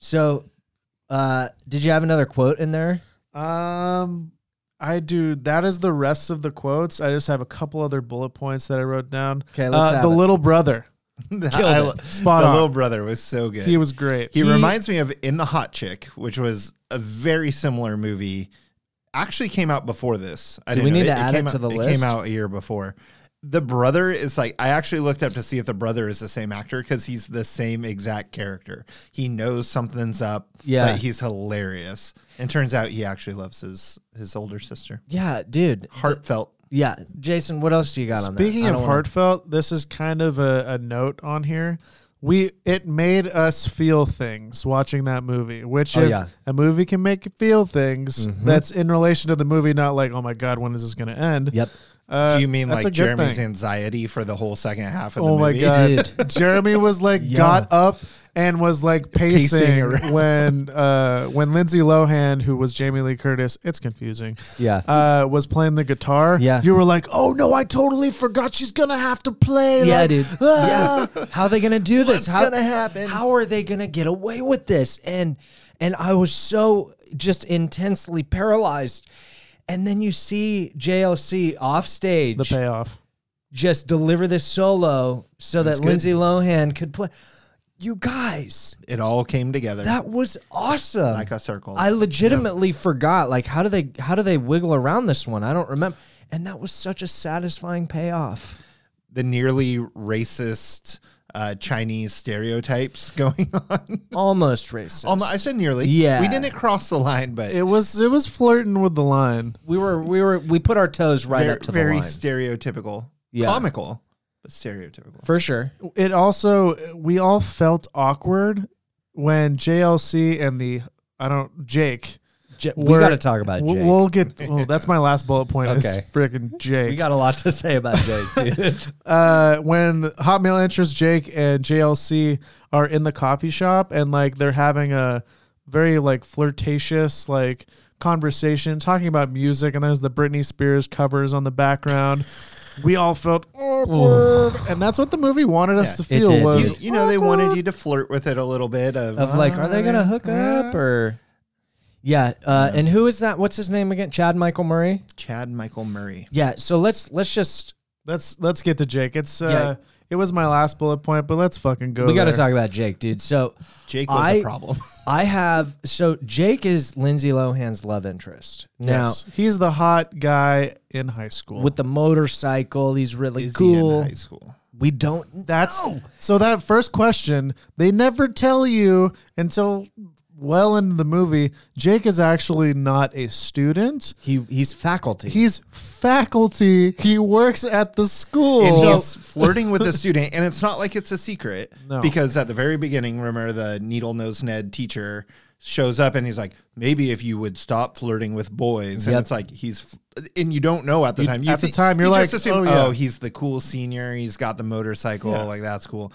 [SPEAKER 1] So, uh, did you have another quote in there?
[SPEAKER 2] Um, I do. That is the rest of the quotes. I just have a couple other bullet points that I wrote down. Uh,
[SPEAKER 1] 'Kay, let's have
[SPEAKER 2] the
[SPEAKER 1] it.
[SPEAKER 2] little brother.
[SPEAKER 3] I-
[SPEAKER 1] it.
[SPEAKER 2] Spot
[SPEAKER 3] the
[SPEAKER 2] on.
[SPEAKER 3] little brother was so good.
[SPEAKER 2] he was great.
[SPEAKER 3] He, reminds me of In the Hot Chick, which was a very similar movie. Actually, came out before this. I
[SPEAKER 1] Do
[SPEAKER 3] didn't
[SPEAKER 1] we
[SPEAKER 3] know.
[SPEAKER 1] need to
[SPEAKER 3] it
[SPEAKER 1] add
[SPEAKER 3] came
[SPEAKER 1] it to
[SPEAKER 3] out-
[SPEAKER 1] the
[SPEAKER 3] It
[SPEAKER 1] list?
[SPEAKER 3] came out a year before. The brother is like I actually looked up to see if the brother is the same actor because he's the same exact character. He knows something's up.
[SPEAKER 1] Yeah.
[SPEAKER 3] but he's hilarious. And turns out he actually loves his his older sister.
[SPEAKER 1] Yeah, dude.
[SPEAKER 3] Heartfelt.
[SPEAKER 1] Yeah, Jason. What else do you got on that?
[SPEAKER 2] Speaking
[SPEAKER 1] I
[SPEAKER 2] of
[SPEAKER 1] don't wanna-
[SPEAKER 2] heartfelt, this is kind of a, a note on here. We it made us feel things watching that movie, which
[SPEAKER 1] Oh,
[SPEAKER 2] if
[SPEAKER 1] yeah. Mm-hmm.
[SPEAKER 2] a movie can make you feel things, that's in relation to the movie, not like oh my god, when is this going to end?
[SPEAKER 1] Yep.
[SPEAKER 2] Uh,
[SPEAKER 3] Do you mean
[SPEAKER 2] that's a
[SPEAKER 3] like
[SPEAKER 2] good
[SPEAKER 3] Jeremy's
[SPEAKER 2] thing.
[SPEAKER 3] anxiety for the whole second half of the
[SPEAKER 2] Oh my
[SPEAKER 3] movie?
[SPEAKER 2] god,
[SPEAKER 1] Dude.
[SPEAKER 2] Jeremy was like
[SPEAKER 1] Yeah.
[SPEAKER 2] got up and was like
[SPEAKER 3] Pacing
[SPEAKER 2] pacing,
[SPEAKER 3] around.
[SPEAKER 2] when uh when Lindsay Lohan, who was Jamie Lee Curtis, it's confusing.
[SPEAKER 1] Yeah.
[SPEAKER 2] uh, was playing the guitar,
[SPEAKER 1] Yeah.
[SPEAKER 2] you were like, "Oh no, I totally forgot she's gonna have to play."
[SPEAKER 1] yeah,
[SPEAKER 2] like,
[SPEAKER 1] dude.
[SPEAKER 2] ah.
[SPEAKER 1] Yeah. How are they gonna do this?
[SPEAKER 3] What's
[SPEAKER 1] how,
[SPEAKER 3] gonna happen?
[SPEAKER 1] How are they gonna get away with this? And and I was so just intensely paralyzed. And then you see JLC off stage
[SPEAKER 2] The payoff.
[SPEAKER 1] just deliver this solo so that
[SPEAKER 3] good.
[SPEAKER 1] Lindsay Lohan could play. You guys,
[SPEAKER 3] It all came together
[SPEAKER 1] that was awesome.
[SPEAKER 3] like a circle.
[SPEAKER 1] I legitimately forgot. Like, how do they how do they wiggle around this one? I don't remember. And that was such a satisfying payoff.
[SPEAKER 3] the nearly racist uh, Chinese stereotypes going on.
[SPEAKER 1] Almost racist.
[SPEAKER 3] Almo- I said nearly.
[SPEAKER 1] Yeah.
[SPEAKER 3] we didn't cross the line, but
[SPEAKER 2] It was it was flirting with the line.
[SPEAKER 1] we were we were we put our toes right
[SPEAKER 3] very,
[SPEAKER 1] up to the
[SPEAKER 3] very
[SPEAKER 1] line
[SPEAKER 3] stereotypical,
[SPEAKER 1] Yeah.
[SPEAKER 3] comical, but stereotypical.
[SPEAKER 1] for sure.
[SPEAKER 2] It also we all felt awkward when JLC and the I don't Jake.
[SPEAKER 1] J- we
[SPEAKER 2] were-
[SPEAKER 1] got to talk about Jake.
[SPEAKER 2] We'll, we'll get. Oh, that's my last bullet point. Okay.
[SPEAKER 1] Okay.
[SPEAKER 2] Is freaking Jake.
[SPEAKER 1] we got a lot to say about Jake, dude.
[SPEAKER 2] uh, when Hotmail entrance Jake and JLC are in the coffee shop and like they're having a very like flirtatious like conversation talking about music and there's the Britney Spears covers on the background. We all felt awkward, and that's what the movie wanted us
[SPEAKER 3] Yeah,
[SPEAKER 2] to
[SPEAKER 1] it
[SPEAKER 2] feel
[SPEAKER 1] did.
[SPEAKER 2] was
[SPEAKER 3] You, you know, they wanted you to flirt with it a little bit of,
[SPEAKER 1] of like, are they gonna hook up or? Yeah, uh, and who is that? What's his name again? Chad Michael Murray.
[SPEAKER 3] Chad Michael Murray.
[SPEAKER 1] Yeah, so let's let's just
[SPEAKER 2] let's let's get to Jake. It's uh, it was my last bullet point, but let's fucking go.
[SPEAKER 1] we got to
[SPEAKER 2] there.
[SPEAKER 1] talk about Jake, dude. So
[SPEAKER 3] Jake was
[SPEAKER 1] I-
[SPEAKER 3] a problem.
[SPEAKER 1] I have so Jake is Lindsay Lohan's love interest now
[SPEAKER 2] Yes. he's the hot guy in high school.
[SPEAKER 1] with the motorcycle. He's really
[SPEAKER 3] Is he
[SPEAKER 1] cool.
[SPEAKER 3] in high school?
[SPEAKER 1] We don't.
[SPEAKER 2] That's so that first question, they never tell you until well into the movie. Jake is actually not a student.
[SPEAKER 1] He he's faculty.
[SPEAKER 2] He's faculty. He works at the school.
[SPEAKER 3] And
[SPEAKER 1] So-
[SPEAKER 3] he's flirting with a student, and it's not like it's a secret
[SPEAKER 2] No.
[SPEAKER 3] because at the very beginning, remember the needle nose Ned teacher shows up and he's like, maybe if you would stop flirting with boys, and
[SPEAKER 1] Yep.
[SPEAKER 3] it's like he's f- and you don't know at the
[SPEAKER 2] You-
[SPEAKER 3] time.
[SPEAKER 2] at the
[SPEAKER 3] thi-
[SPEAKER 2] time, you're
[SPEAKER 3] you
[SPEAKER 2] like, "Oh, yeah."
[SPEAKER 3] he's the cool senior. He's got the motorcycle.
[SPEAKER 2] Yeah.
[SPEAKER 3] Like that's cool.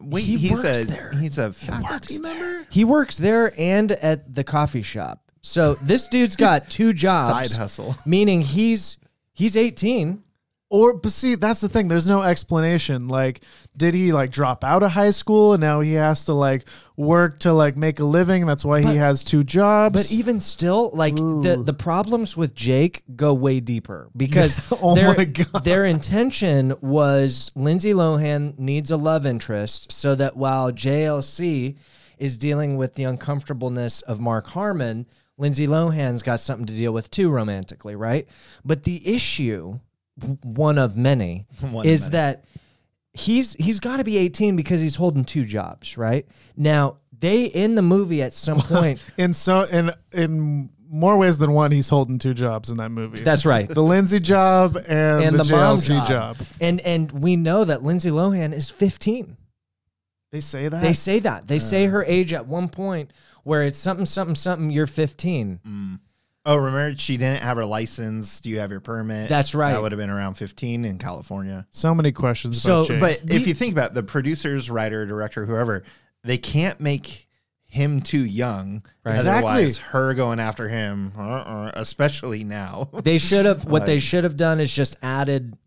[SPEAKER 3] Wait,
[SPEAKER 1] He
[SPEAKER 3] he's
[SPEAKER 1] works
[SPEAKER 3] a
[SPEAKER 1] there.
[SPEAKER 3] he's a faculty member.
[SPEAKER 1] he works there and at the coffee shop. So this dude's got two jobs.
[SPEAKER 3] Side hustle.
[SPEAKER 1] Meaning he's he's eighteen.
[SPEAKER 2] or but see, that's the thing. There's no explanation. Like, did he like drop out of high school and now he has to like work to like make a living? That's why
[SPEAKER 1] But-
[SPEAKER 2] he has two jobs.
[SPEAKER 1] But even still, like the, the problems with Jake go way deeper because
[SPEAKER 2] Oh
[SPEAKER 1] their,
[SPEAKER 2] my God.
[SPEAKER 1] their intention was Lindsay Lohan needs a love interest so that while JLC is dealing with the uncomfortableness of Mark Harmon, Lindsay Lohan's got something to deal with too romantically, right? But the issue, w- one of many,
[SPEAKER 3] One of
[SPEAKER 1] is
[SPEAKER 3] many.
[SPEAKER 1] that he's he's got to be 18 because he's holding two jobs, right? Now, they in the movie at some point
[SPEAKER 2] in so in in more ways than one, he's holding two jobs in that movie.
[SPEAKER 1] That's right.
[SPEAKER 2] the Lindsay job and,
[SPEAKER 1] and
[SPEAKER 2] the,
[SPEAKER 1] the, mom
[SPEAKER 2] JLC job.
[SPEAKER 1] And and we know that Lindsay Lohan is 15.
[SPEAKER 2] They say that.
[SPEAKER 1] They say that. They say her age at one point where it's something, something, something, you're 15.
[SPEAKER 2] Mm.
[SPEAKER 3] Oh, remember she didn't have her license. Do you have your permit?
[SPEAKER 1] That's right.
[SPEAKER 3] That would have been around 15 in California.
[SPEAKER 2] so many questions. about
[SPEAKER 1] So,
[SPEAKER 2] Jake.
[SPEAKER 3] But if you think about it, the producers, writer, director, whoever, they can't make him too young.
[SPEAKER 1] Right.
[SPEAKER 3] Otherwise, her going after him, uh-uh, especially now.
[SPEAKER 1] They should have, what they should have done is just added,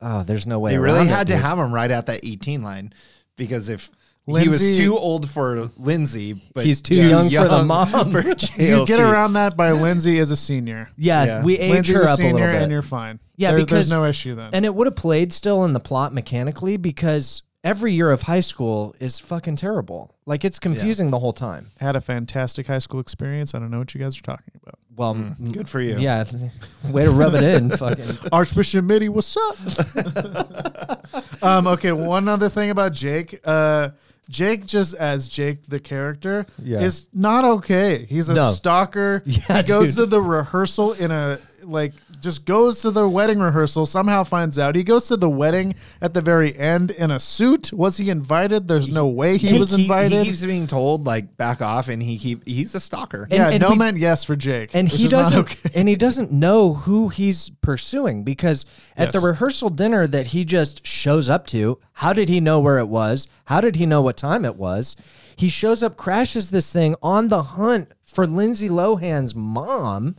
[SPEAKER 1] oh, there's no way.
[SPEAKER 3] They really
[SPEAKER 1] around it,
[SPEAKER 3] had to
[SPEAKER 1] dude.
[SPEAKER 3] have him right at that 18 line because if he was
[SPEAKER 2] Lindsay-
[SPEAKER 3] too old for Lindsay, but
[SPEAKER 1] He's too young for the mom.
[SPEAKER 3] for
[SPEAKER 1] You
[SPEAKER 2] you
[SPEAKER 3] JLC.
[SPEAKER 2] get around that by Lindsay is a senior.
[SPEAKER 1] Yeah,
[SPEAKER 3] Yeah.
[SPEAKER 1] we age
[SPEAKER 2] Lindsay's
[SPEAKER 1] her
[SPEAKER 2] a
[SPEAKER 1] up a
[SPEAKER 2] senior,
[SPEAKER 1] little bit.
[SPEAKER 2] and you're fine.
[SPEAKER 1] Yeah,
[SPEAKER 2] There-
[SPEAKER 1] because-
[SPEAKER 2] there's no issue then.
[SPEAKER 1] And it would have played still in the plot mechanically because every year of high school is fucking terrible. Like it's confusing the whole time.
[SPEAKER 2] Had a fantastic high school experience. I don't know what you guys are talking about.
[SPEAKER 1] Well,
[SPEAKER 2] Mm.
[SPEAKER 1] m-
[SPEAKER 3] Good for you.
[SPEAKER 1] yeah, way to rub it in, fucking.
[SPEAKER 2] Archbishop Mitty, what's up? um, okay, one other thing about Jake. Uh, Jake, just as Jake the character,
[SPEAKER 1] Yeah.
[SPEAKER 2] is not okay. He's a
[SPEAKER 1] No.
[SPEAKER 2] stalker.
[SPEAKER 1] Yeah,
[SPEAKER 2] he goes
[SPEAKER 1] dude.
[SPEAKER 2] to the rehearsal in a like just goes to the wedding rehearsal. Somehow finds out he goes to the wedding at the very end in a suit. Was he invited? There's no way he
[SPEAKER 3] He-
[SPEAKER 2] was
[SPEAKER 3] he- He,
[SPEAKER 2] invited.
[SPEAKER 3] keeps being told like back off, and he keep he's a stalker.
[SPEAKER 1] And-
[SPEAKER 2] yeah,
[SPEAKER 1] and
[SPEAKER 2] no
[SPEAKER 1] we-
[SPEAKER 2] meant yes for Jake,
[SPEAKER 1] and
[SPEAKER 2] which
[SPEAKER 1] he
[SPEAKER 2] is not
[SPEAKER 1] doesn't
[SPEAKER 2] okay.
[SPEAKER 1] and he doesn't know who he's pursuing because at the
[SPEAKER 2] Yes.
[SPEAKER 1] rehearsal dinner that he just shows up to how did he know where it was how did he know what time it was he shows up crashes this thing on the hunt for lindsay lohan's mom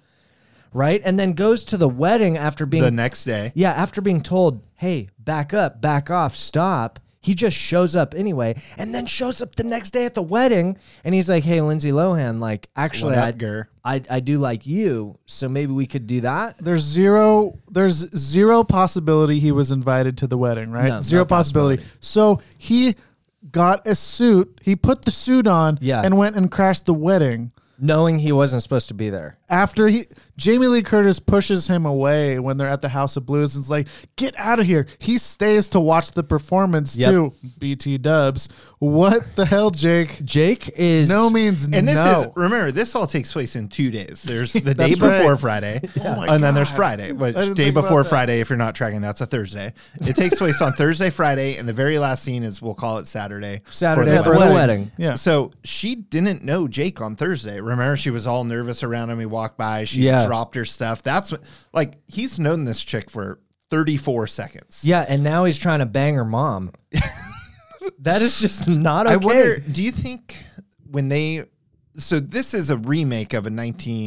[SPEAKER 1] right and then goes to the wedding after being
[SPEAKER 3] The next day,
[SPEAKER 1] yeah after being told hey back up back off stop he just shows up anyway and then shows up the next day at the wedding and he's like hey lindsay lohan like actually
[SPEAKER 3] What up,
[SPEAKER 1] I,
[SPEAKER 3] girl?
[SPEAKER 1] I, I do like you, so maybe we could do that.
[SPEAKER 2] There's zero. There's zero possibility he was invited to the wedding, right?
[SPEAKER 1] No,
[SPEAKER 2] zero
[SPEAKER 1] no
[SPEAKER 2] possibility. So he got a suit. He put the suit on,
[SPEAKER 1] Yeah.
[SPEAKER 2] and went and crashed the wedding.
[SPEAKER 1] Knowing he wasn't supposed to be there.
[SPEAKER 2] After he, Jamie Lee Curtis pushes him away when they're at the House of Blues and is like, "Get out of here." He stays to watch the performance
[SPEAKER 1] Yep.
[SPEAKER 2] too. BT Dubs, what the hell, Jake?
[SPEAKER 1] Jake is
[SPEAKER 2] No means
[SPEAKER 3] and this
[SPEAKER 2] no.
[SPEAKER 3] is remember this all takes place in two days. There's the day
[SPEAKER 2] That's
[SPEAKER 3] before
[SPEAKER 2] right.
[SPEAKER 3] Friday, and then there's Friday, which
[SPEAKER 2] I didn't
[SPEAKER 3] day
[SPEAKER 2] think about
[SPEAKER 3] before
[SPEAKER 2] that.
[SPEAKER 3] Friday, if you're not tracking, that's a Thursday. It takes place on Thursday, Friday, and the very last scene is we'll call it Saturday. for
[SPEAKER 1] Saturday
[SPEAKER 3] the
[SPEAKER 1] for the
[SPEAKER 3] wedding.
[SPEAKER 1] wedding.
[SPEAKER 2] Yeah.
[SPEAKER 3] So she didn't know Jake on Thursday. Remember, she was all nervous around him. He walked by. She
[SPEAKER 1] Yeah.
[SPEAKER 3] dropped her stuff. That's what, like, he's known this chick for 34 seconds.
[SPEAKER 1] Yeah, and now he's trying to bang her mom. that is just not okay.
[SPEAKER 3] I wonder, do you think when they, so this is a remake of a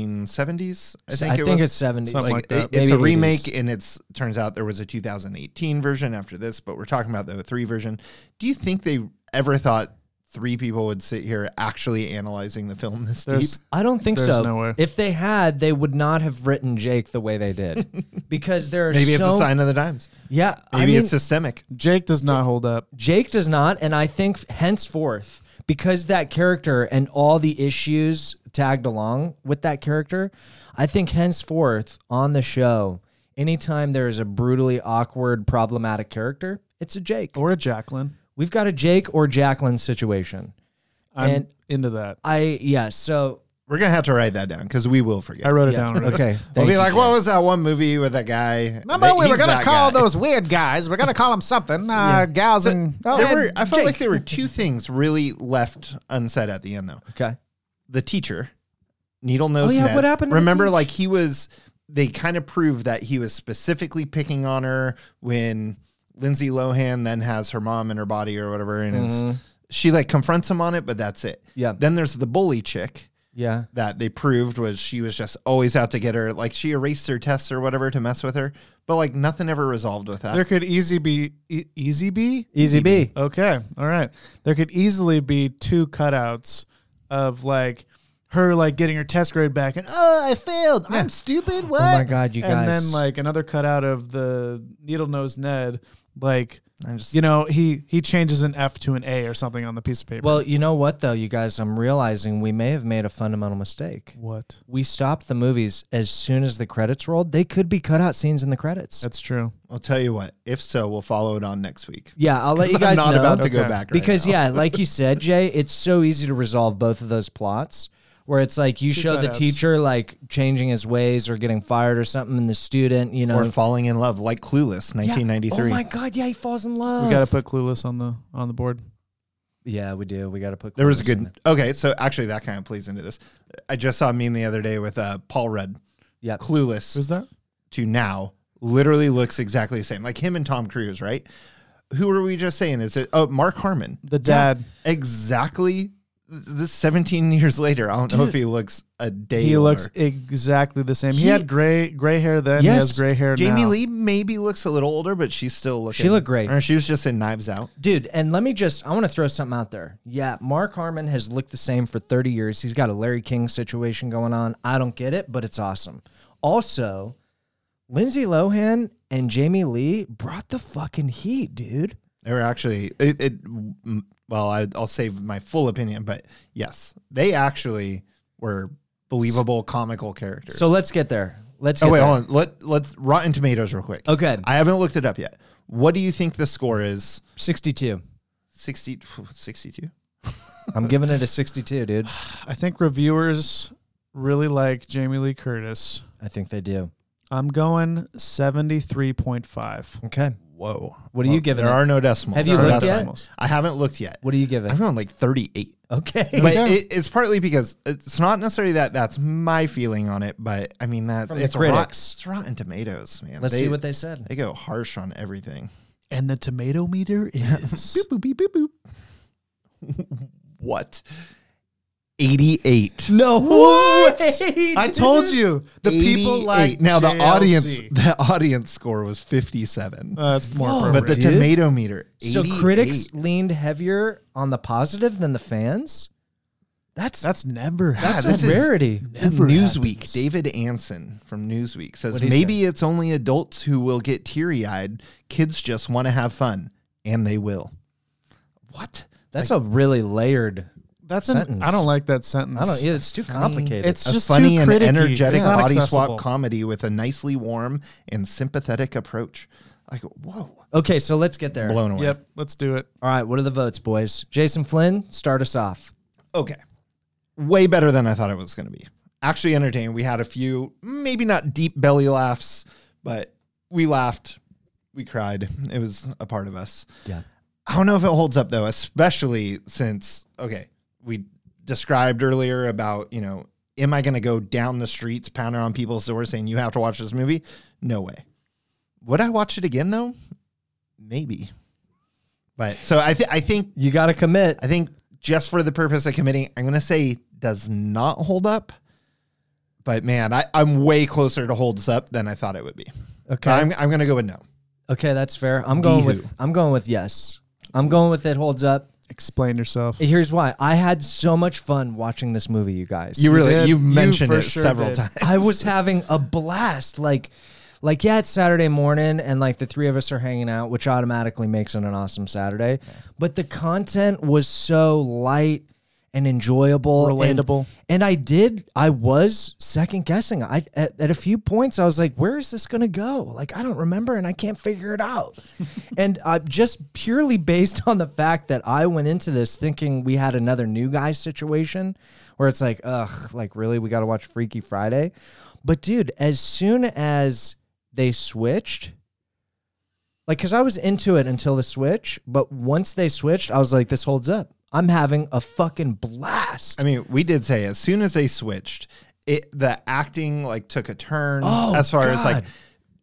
[SPEAKER 3] 1970s? I think
[SPEAKER 1] I
[SPEAKER 3] it
[SPEAKER 1] think
[SPEAKER 3] was.
[SPEAKER 1] it's 70s.
[SPEAKER 2] Something like
[SPEAKER 3] Like,
[SPEAKER 2] that.
[SPEAKER 3] it- it's
[SPEAKER 1] Maybe
[SPEAKER 3] a
[SPEAKER 1] 80s.
[SPEAKER 3] remake, and it's turns out there was a 2018 version after this, but we're talking about the 03 version. Do you think they ever thought three people would sit here actually analyzing the film this
[SPEAKER 2] There's-
[SPEAKER 3] deep?
[SPEAKER 1] I don't think
[SPEAKER 2] There's
[SPEAKER 1] so.
[SPEAKER 2] no way.
[SPEAKER 1] If they had, they would not have written Jake the way they did. because there are
[SPEAKER 3] Maybe
[SPEAKER 1] so
[SPEAKER 3] it's a sign of the times.
[SPEAKER 1] Yeah, I
[SPEAKER 3] Maybe
[SPEAKER 1] mean,
[SPEAKER 3] it's systemic.
[SPEAKER 2] Jake does not hold up.
[SPEAKER 1] Jake does not, and I think henceforth, because that character and all the issues tagged along with that character, I think henceforth on the show, anytime there is a brutally awkward, problematic character, it's a Jake.
[SPEAKER 2] Or a Jacqueline.
[SPEAKER 1] We've got a Jake or Jacqueline situation.
[SPEAKER 2] I'm
[SPEAKER 1] And-
[SPEAKER 2] into that.
[SPEAKER 1] I yeah, so
[SPEAKER 3] We're gonna have to write that down because we will forget.
[SPEAKER 2] I wrote it
[SPEAKER 1] yeah,
[SPEAKER 2] down. already.
[SPEAKER 1] okay.
[SPEAKER 3] we'll
[SPEAKER 1] thank
[SPEAKER 3] be
[SPEAKER 1] you,
[SPEAKER 3] like,
[SPEAKER 1] Jake.
[SPEAKER 3] what was that one movie with that guy?
[SPEAKER 2] Remember,
[SPEAKER 3] That-
[SPEAKER 2] we were
[SPEAKER 3] he's
[SPEAKER 2] gonna
[SPEAKER 3] that
[SPEAKER 2] call
[SPEAKER 3] guy."
[SPEAKER 2] those weird guys. We're gonna call them something. Uh, Gals and oh,
[SPEAKER 3] There were.
[SPEAKER 2] and
[SPEAKER 3] I felt like
[SPEAKER 2] Jake.
[SPEAKER 3] there were two things really left unsaid at the end, though.
[SPEAKER 1] Okay.
[SPEAKER 3] The teacher, needle nose.
[SPEAKER 1] Oh, yeah,
[SPEAKER 3] Ned.
[SPEAKER 1] what happened to the
[SPEAKER 3] Remember,
[SPEAKER 1] teacher?
[SPEAKER 3] like he was. They kind of proved that he was specifically picking on her when Lindsay Lohan then has her mom in her body or whatever, and it's, she like confronts him on it, but that's it.
[SPEAKER 1] Mm-hmm. Yeah.
[SPEAKER 3] Then there's the bully chick.
[SPEAKER 1] Yeah.
[SPEAKER 3] that they proved was she was just always out to get her. Like she erased her tests or whatever to mess with her, but like nothing ever resolved with that.
[SPEAKER 2] There could easy be e- easy be.
[SPEAKER 1] Easy B.
[SPEAKER 2] Okay, all right. There could easily be two cutouts of like her like getting her test grade back and oh I failed. I'm stupid. What?
[SPEAKER 1] Oh my God, you
[SPEAKER 2] And
[SPEAKER 1] guys.
[SPEAKER 2] then like another cutout of the needle nose Ned like.
[SPEAKER 3] I just-
[SPEAKER 2] You know, he he changes an F to an A or something on the piece of paper.
[SPEAKER 1] Well, you know what though, you guys, I'm realizing we may have made a fundamental mistake.
[SPEAKER 2] what?
[SPEAKER 1] we stopped the movies as soon as the credits rolled. They could be cutout scenes in the credits.
[SPEAKER 2] That's true.
[SPEAKER 3] I'll tell you what. If so, we'll follow it on next week.
[SPEAKER 1] yeah, I'll let you
[SPEAKER 3] 'Cause
[SPEAKER 1] guys
[SPEAKER 3] I'm not
[SPEAKER 1] know.
[SPEAKER 3] about to go
[SPEAKER 2] Okay.
[SPEAKER 3] back right
[SPEAKER 1] because
[SPEAKER 3] now.
[SPEAKER 1] yeah, like you said, Jay, it's so easy to resolve both of those plots where it's like you show the
[SPEAKER 2] cutouts.
[SPEAKER 1] teacher like changing his ways or getting fired or something, and the student, you know,
[SPEAKER 3] or falling in love like Clueless,
[SPEAKER 1] Yeah.
[SPEAKER 3] 1993.
[SPEAKER 1] Oh my god, yeah, he falls in love.
[SPEAKER 2] We got to put Clueless on the on the board.
[SPEAKER 1] Yeah, we do. We got to put.
[SPEAKER 3] There was a
[SPEAKER 1] Clovis in
[SPEAKER 3] good. Okay, so actually, that kind of plays into this. I just saw a meme the other day with uh, Paul Rudd.
[SPEAKER 1] Yep.
[SPEAKER 3] Clueless
[SPEAKER 2] Who's that?
[SPEAKER 3] to now literally looks exactly the same. Like him and Tom Cruise, right? Who were we just saying? Is it oh Mark Harmon?
[SPEAKER 2] The dad.
[SPEAKER 3] Exactly. This 17 years later, I don't know if he looks a day.
[SPEAKER 2] He
[SPEAKER 3] older.
[SPEAKER 2] looks exactly the same. He,
[SPEAKER 1] He-
[SPEAKER 2] had gray gray hair then. He
[SPEAKER 1] Yes,
[SPEAKER 2] has gray hair now.
[SPEAKER 3] Jamie Lee maybe looks a little older, but she's still looking.
[SPEAKER 1] looked great.
[SPEAKER 3] Or she was just in Knives Out.
[SPEAKER 1] Dude, and let me just, I want to throw something out there. Yeah, Mark Harmon has looked the same for 30 years. He's got a Larry King situation going on. I don't get it, but it's awesome. Also, Lindsay Lohan and Jamie Lee brought the fucking heat, dude.
[SPEAKER 3] They were actually it. it mm, well, I, I'll save my full opinion, but yes, they actually were believable, comical characters.
[SPEAKER 1] So let's get there. Let's get
[SPEAKER 3] oh wait,
[SPEAKER 1] there.
[SPEAKER 3] hold on. Let let's Rotten Tomatoes real quick.
[SPEAKER 1] Okay.
[SPEAKER 3] I haven't looked it up yet. What do you think the score is?
[SPEAKER 1] 62.
[SPEAKER 3] 60, 62?
[SPEAKER 1] I'm giving it a 62, dude.
[SPEAKER 2] I think reviewers really like Jamie Lee Curtis.
[SPEAKER 1] I think they do.
[SPEAKER 2] I'm going 73.5.
[SPEAKER 1] Okay.
[SPEAKER 3] Whoa.
[SPEAKER 1] What are you giving
[SPEAKER 3] There
[SPEAKER 1] it?
[SPEAKER 3] are no decimals.
[SPEAKER 1] Have you
[SPEAKER 3] There are
[SPEAKER 1] looked yet?
[SPEAKER 3] decimals. I haven't looked yet.
[SPEAKER 1] What do you give it?
[SPEAKER 3] I've gone like 38.
[SPEAKER 1] Okay.
[SPEAKER 3] But it, it's partly because it's not necessarily that that's my feeling on it, but I mean that
[SPEAKER 1] From the
[SPEAKER 3] it's rot-
[SPEAKER 1] critics.
[SPEAKER 3] it's rotten tomatoes, man.
[SPEAKER 1] Let's see what they said.
[SPEAKER 3] they go harsh on everything.
[SPEAKER 2] And the tomato meter is
[SPEAKER 3] Boop boop boop boop. what? 88.
[SPEAKER 1] No what? way.
[SPEAKER 2] I told you the people
[SPEAKER 3] 88.
[SPEAKER 2] like
[SPEAKER 3] now the
[SPEAKER 2] JLC.
[SPEAKER 3] audience the audience score was 57.
[SPEAKER 2] Uh, that's more
[SPEAKER 1] Whoa.
[SPEAKER 2] appropriate.
[SPEAKER 3] but the
[SPEAKER 1] dude.
[SPEAKER 3] tomato meter
[SPEAKER 1] So
[SPEAKER 3] 88.
[SPEAKER 1] critics leaned heavier on the positive than the fans. That's that's,
[SPEAKER 2] that's never
[SPEAKER 3] God,
[SPEAKER 2] happened.
[SPEAKER 1] a
[SPEAKER 3] this is-
[SPEAKER 1] rarity.
[SPEAKER 2] never
[SPEAKER 3] Newsweek,
[SPEAKER 2] happens.
[SPEAKER 3] David Anson from Newsweek says
[SPEAKER 1] What'd he
[SPEAKER 3] maybe it's only adults who will get teary eyed. Kids just want to have fun, and they will. What?
[SPEAKER 1] That's a really layered.
[SPEAKER 2] That's an,
[SPEAKER 1] sentence.
[SPEAKER 2] I don't like that sentence.
[SPEAKER 1] I don't. yeah, It's too complicated.
[SPEAKER 2] It's
[SPEAKER 3] a
[SPEAKER 2] just
[SPEAKER 3] funny
[SPEAKER 2] too
[SPEAKER 3] and
[SPEAKER 2] criticky.
[SPEAKER 3] energetic
[SPEAKER 2] It's not
[SPEAKER 3] body
[SPEAKER 2] accessible.
[SPEAKER 3] swap comedy with a nicely warm and sympathetic approach. Like, whoa,
[SPEAKER 1] okay. So let's get there.
[SPEAKER 3] blown away.
[SPEAKER 2] Yep, let's do it.
[SPEAKER 1] All right. What are the votes, boys? Jason Flynn, start us off.
[SPEAKER 3] Okay. Way better than I thought it was going to be. Actually entertaining. We had a few, maybe not deep belly laughs, but we laughed. We cried. It was a part of us.
[SPEAKER 1] Yeah.
[SPEAKER 3] I don't know if it holds up though, especially since, okay, we described earlier about, you know, am I going to go down the streets pounding on people's doors saying, you have to watch this movie? No way. Would I watch it again though? Maybe. But so I, th- I think
[SPEAKER 1] You got to commit.
[SPEAKER 3] I think just for the purpose of committing, I'm going to say does not hold up. But man, I, I'm way closer to holds up than I thought it would be.
[SPEAKER 1] Okay.
[SPEAKER 3] So I'm, I'm going to go with no.
[SPEAKER 1] okay. That's fair. I'm going
[SPEAKER 3] Dehu.
[SPEAKER 1] with. I'm going with yes. I'm going with it. Holds up.
[SPEAKER 2] Explain yourself.
[SPEAKER 1] Here's why. I had so much fun watching this movie, you guys.
[SPEAKER 3] You really,
[SPEAKER 2] did.
[SPEAKER 3] you've
[SPEAKER 2] You
[SPEAKER 3] mentioned
[SPEAKER 2] for
[SPEAKER 3] it
[SPEAKER 2] sure
[SPEAKER 3] several
[SPEAKER 2] did.
[SPEAKER 3] times.
[SPEAKER 1] I was having a blast. Like, like yeah, it's Saturday morning, and like the three of us are hanging out, which automatically makes it an awesome Saturday. But the content was so light and enjoyable, and-
[SPEAKER 2] Relatable.
[SPEAKER 1] And, I did, I was second guessing. I at, at a few points, I was like, "Where is this gonna go?" Like, I don't remember, and I can't figure it out. and I just purely based on the fact that I went into this thinking we had another new guy situation, where it's like, ugh, like really, we got to watch Freaky Friday. But dude, as soon as they switched, like because i was into it until the switch but once they switched i was like this holds up i'm having a fucking blast
[SPEAKER 3] I mean, we did say as soon as they switched, it the acting like took a turn
[SPEAKER 1] Oh,
[SPEAKER 3] as far as like
[SPEAKER 1] God.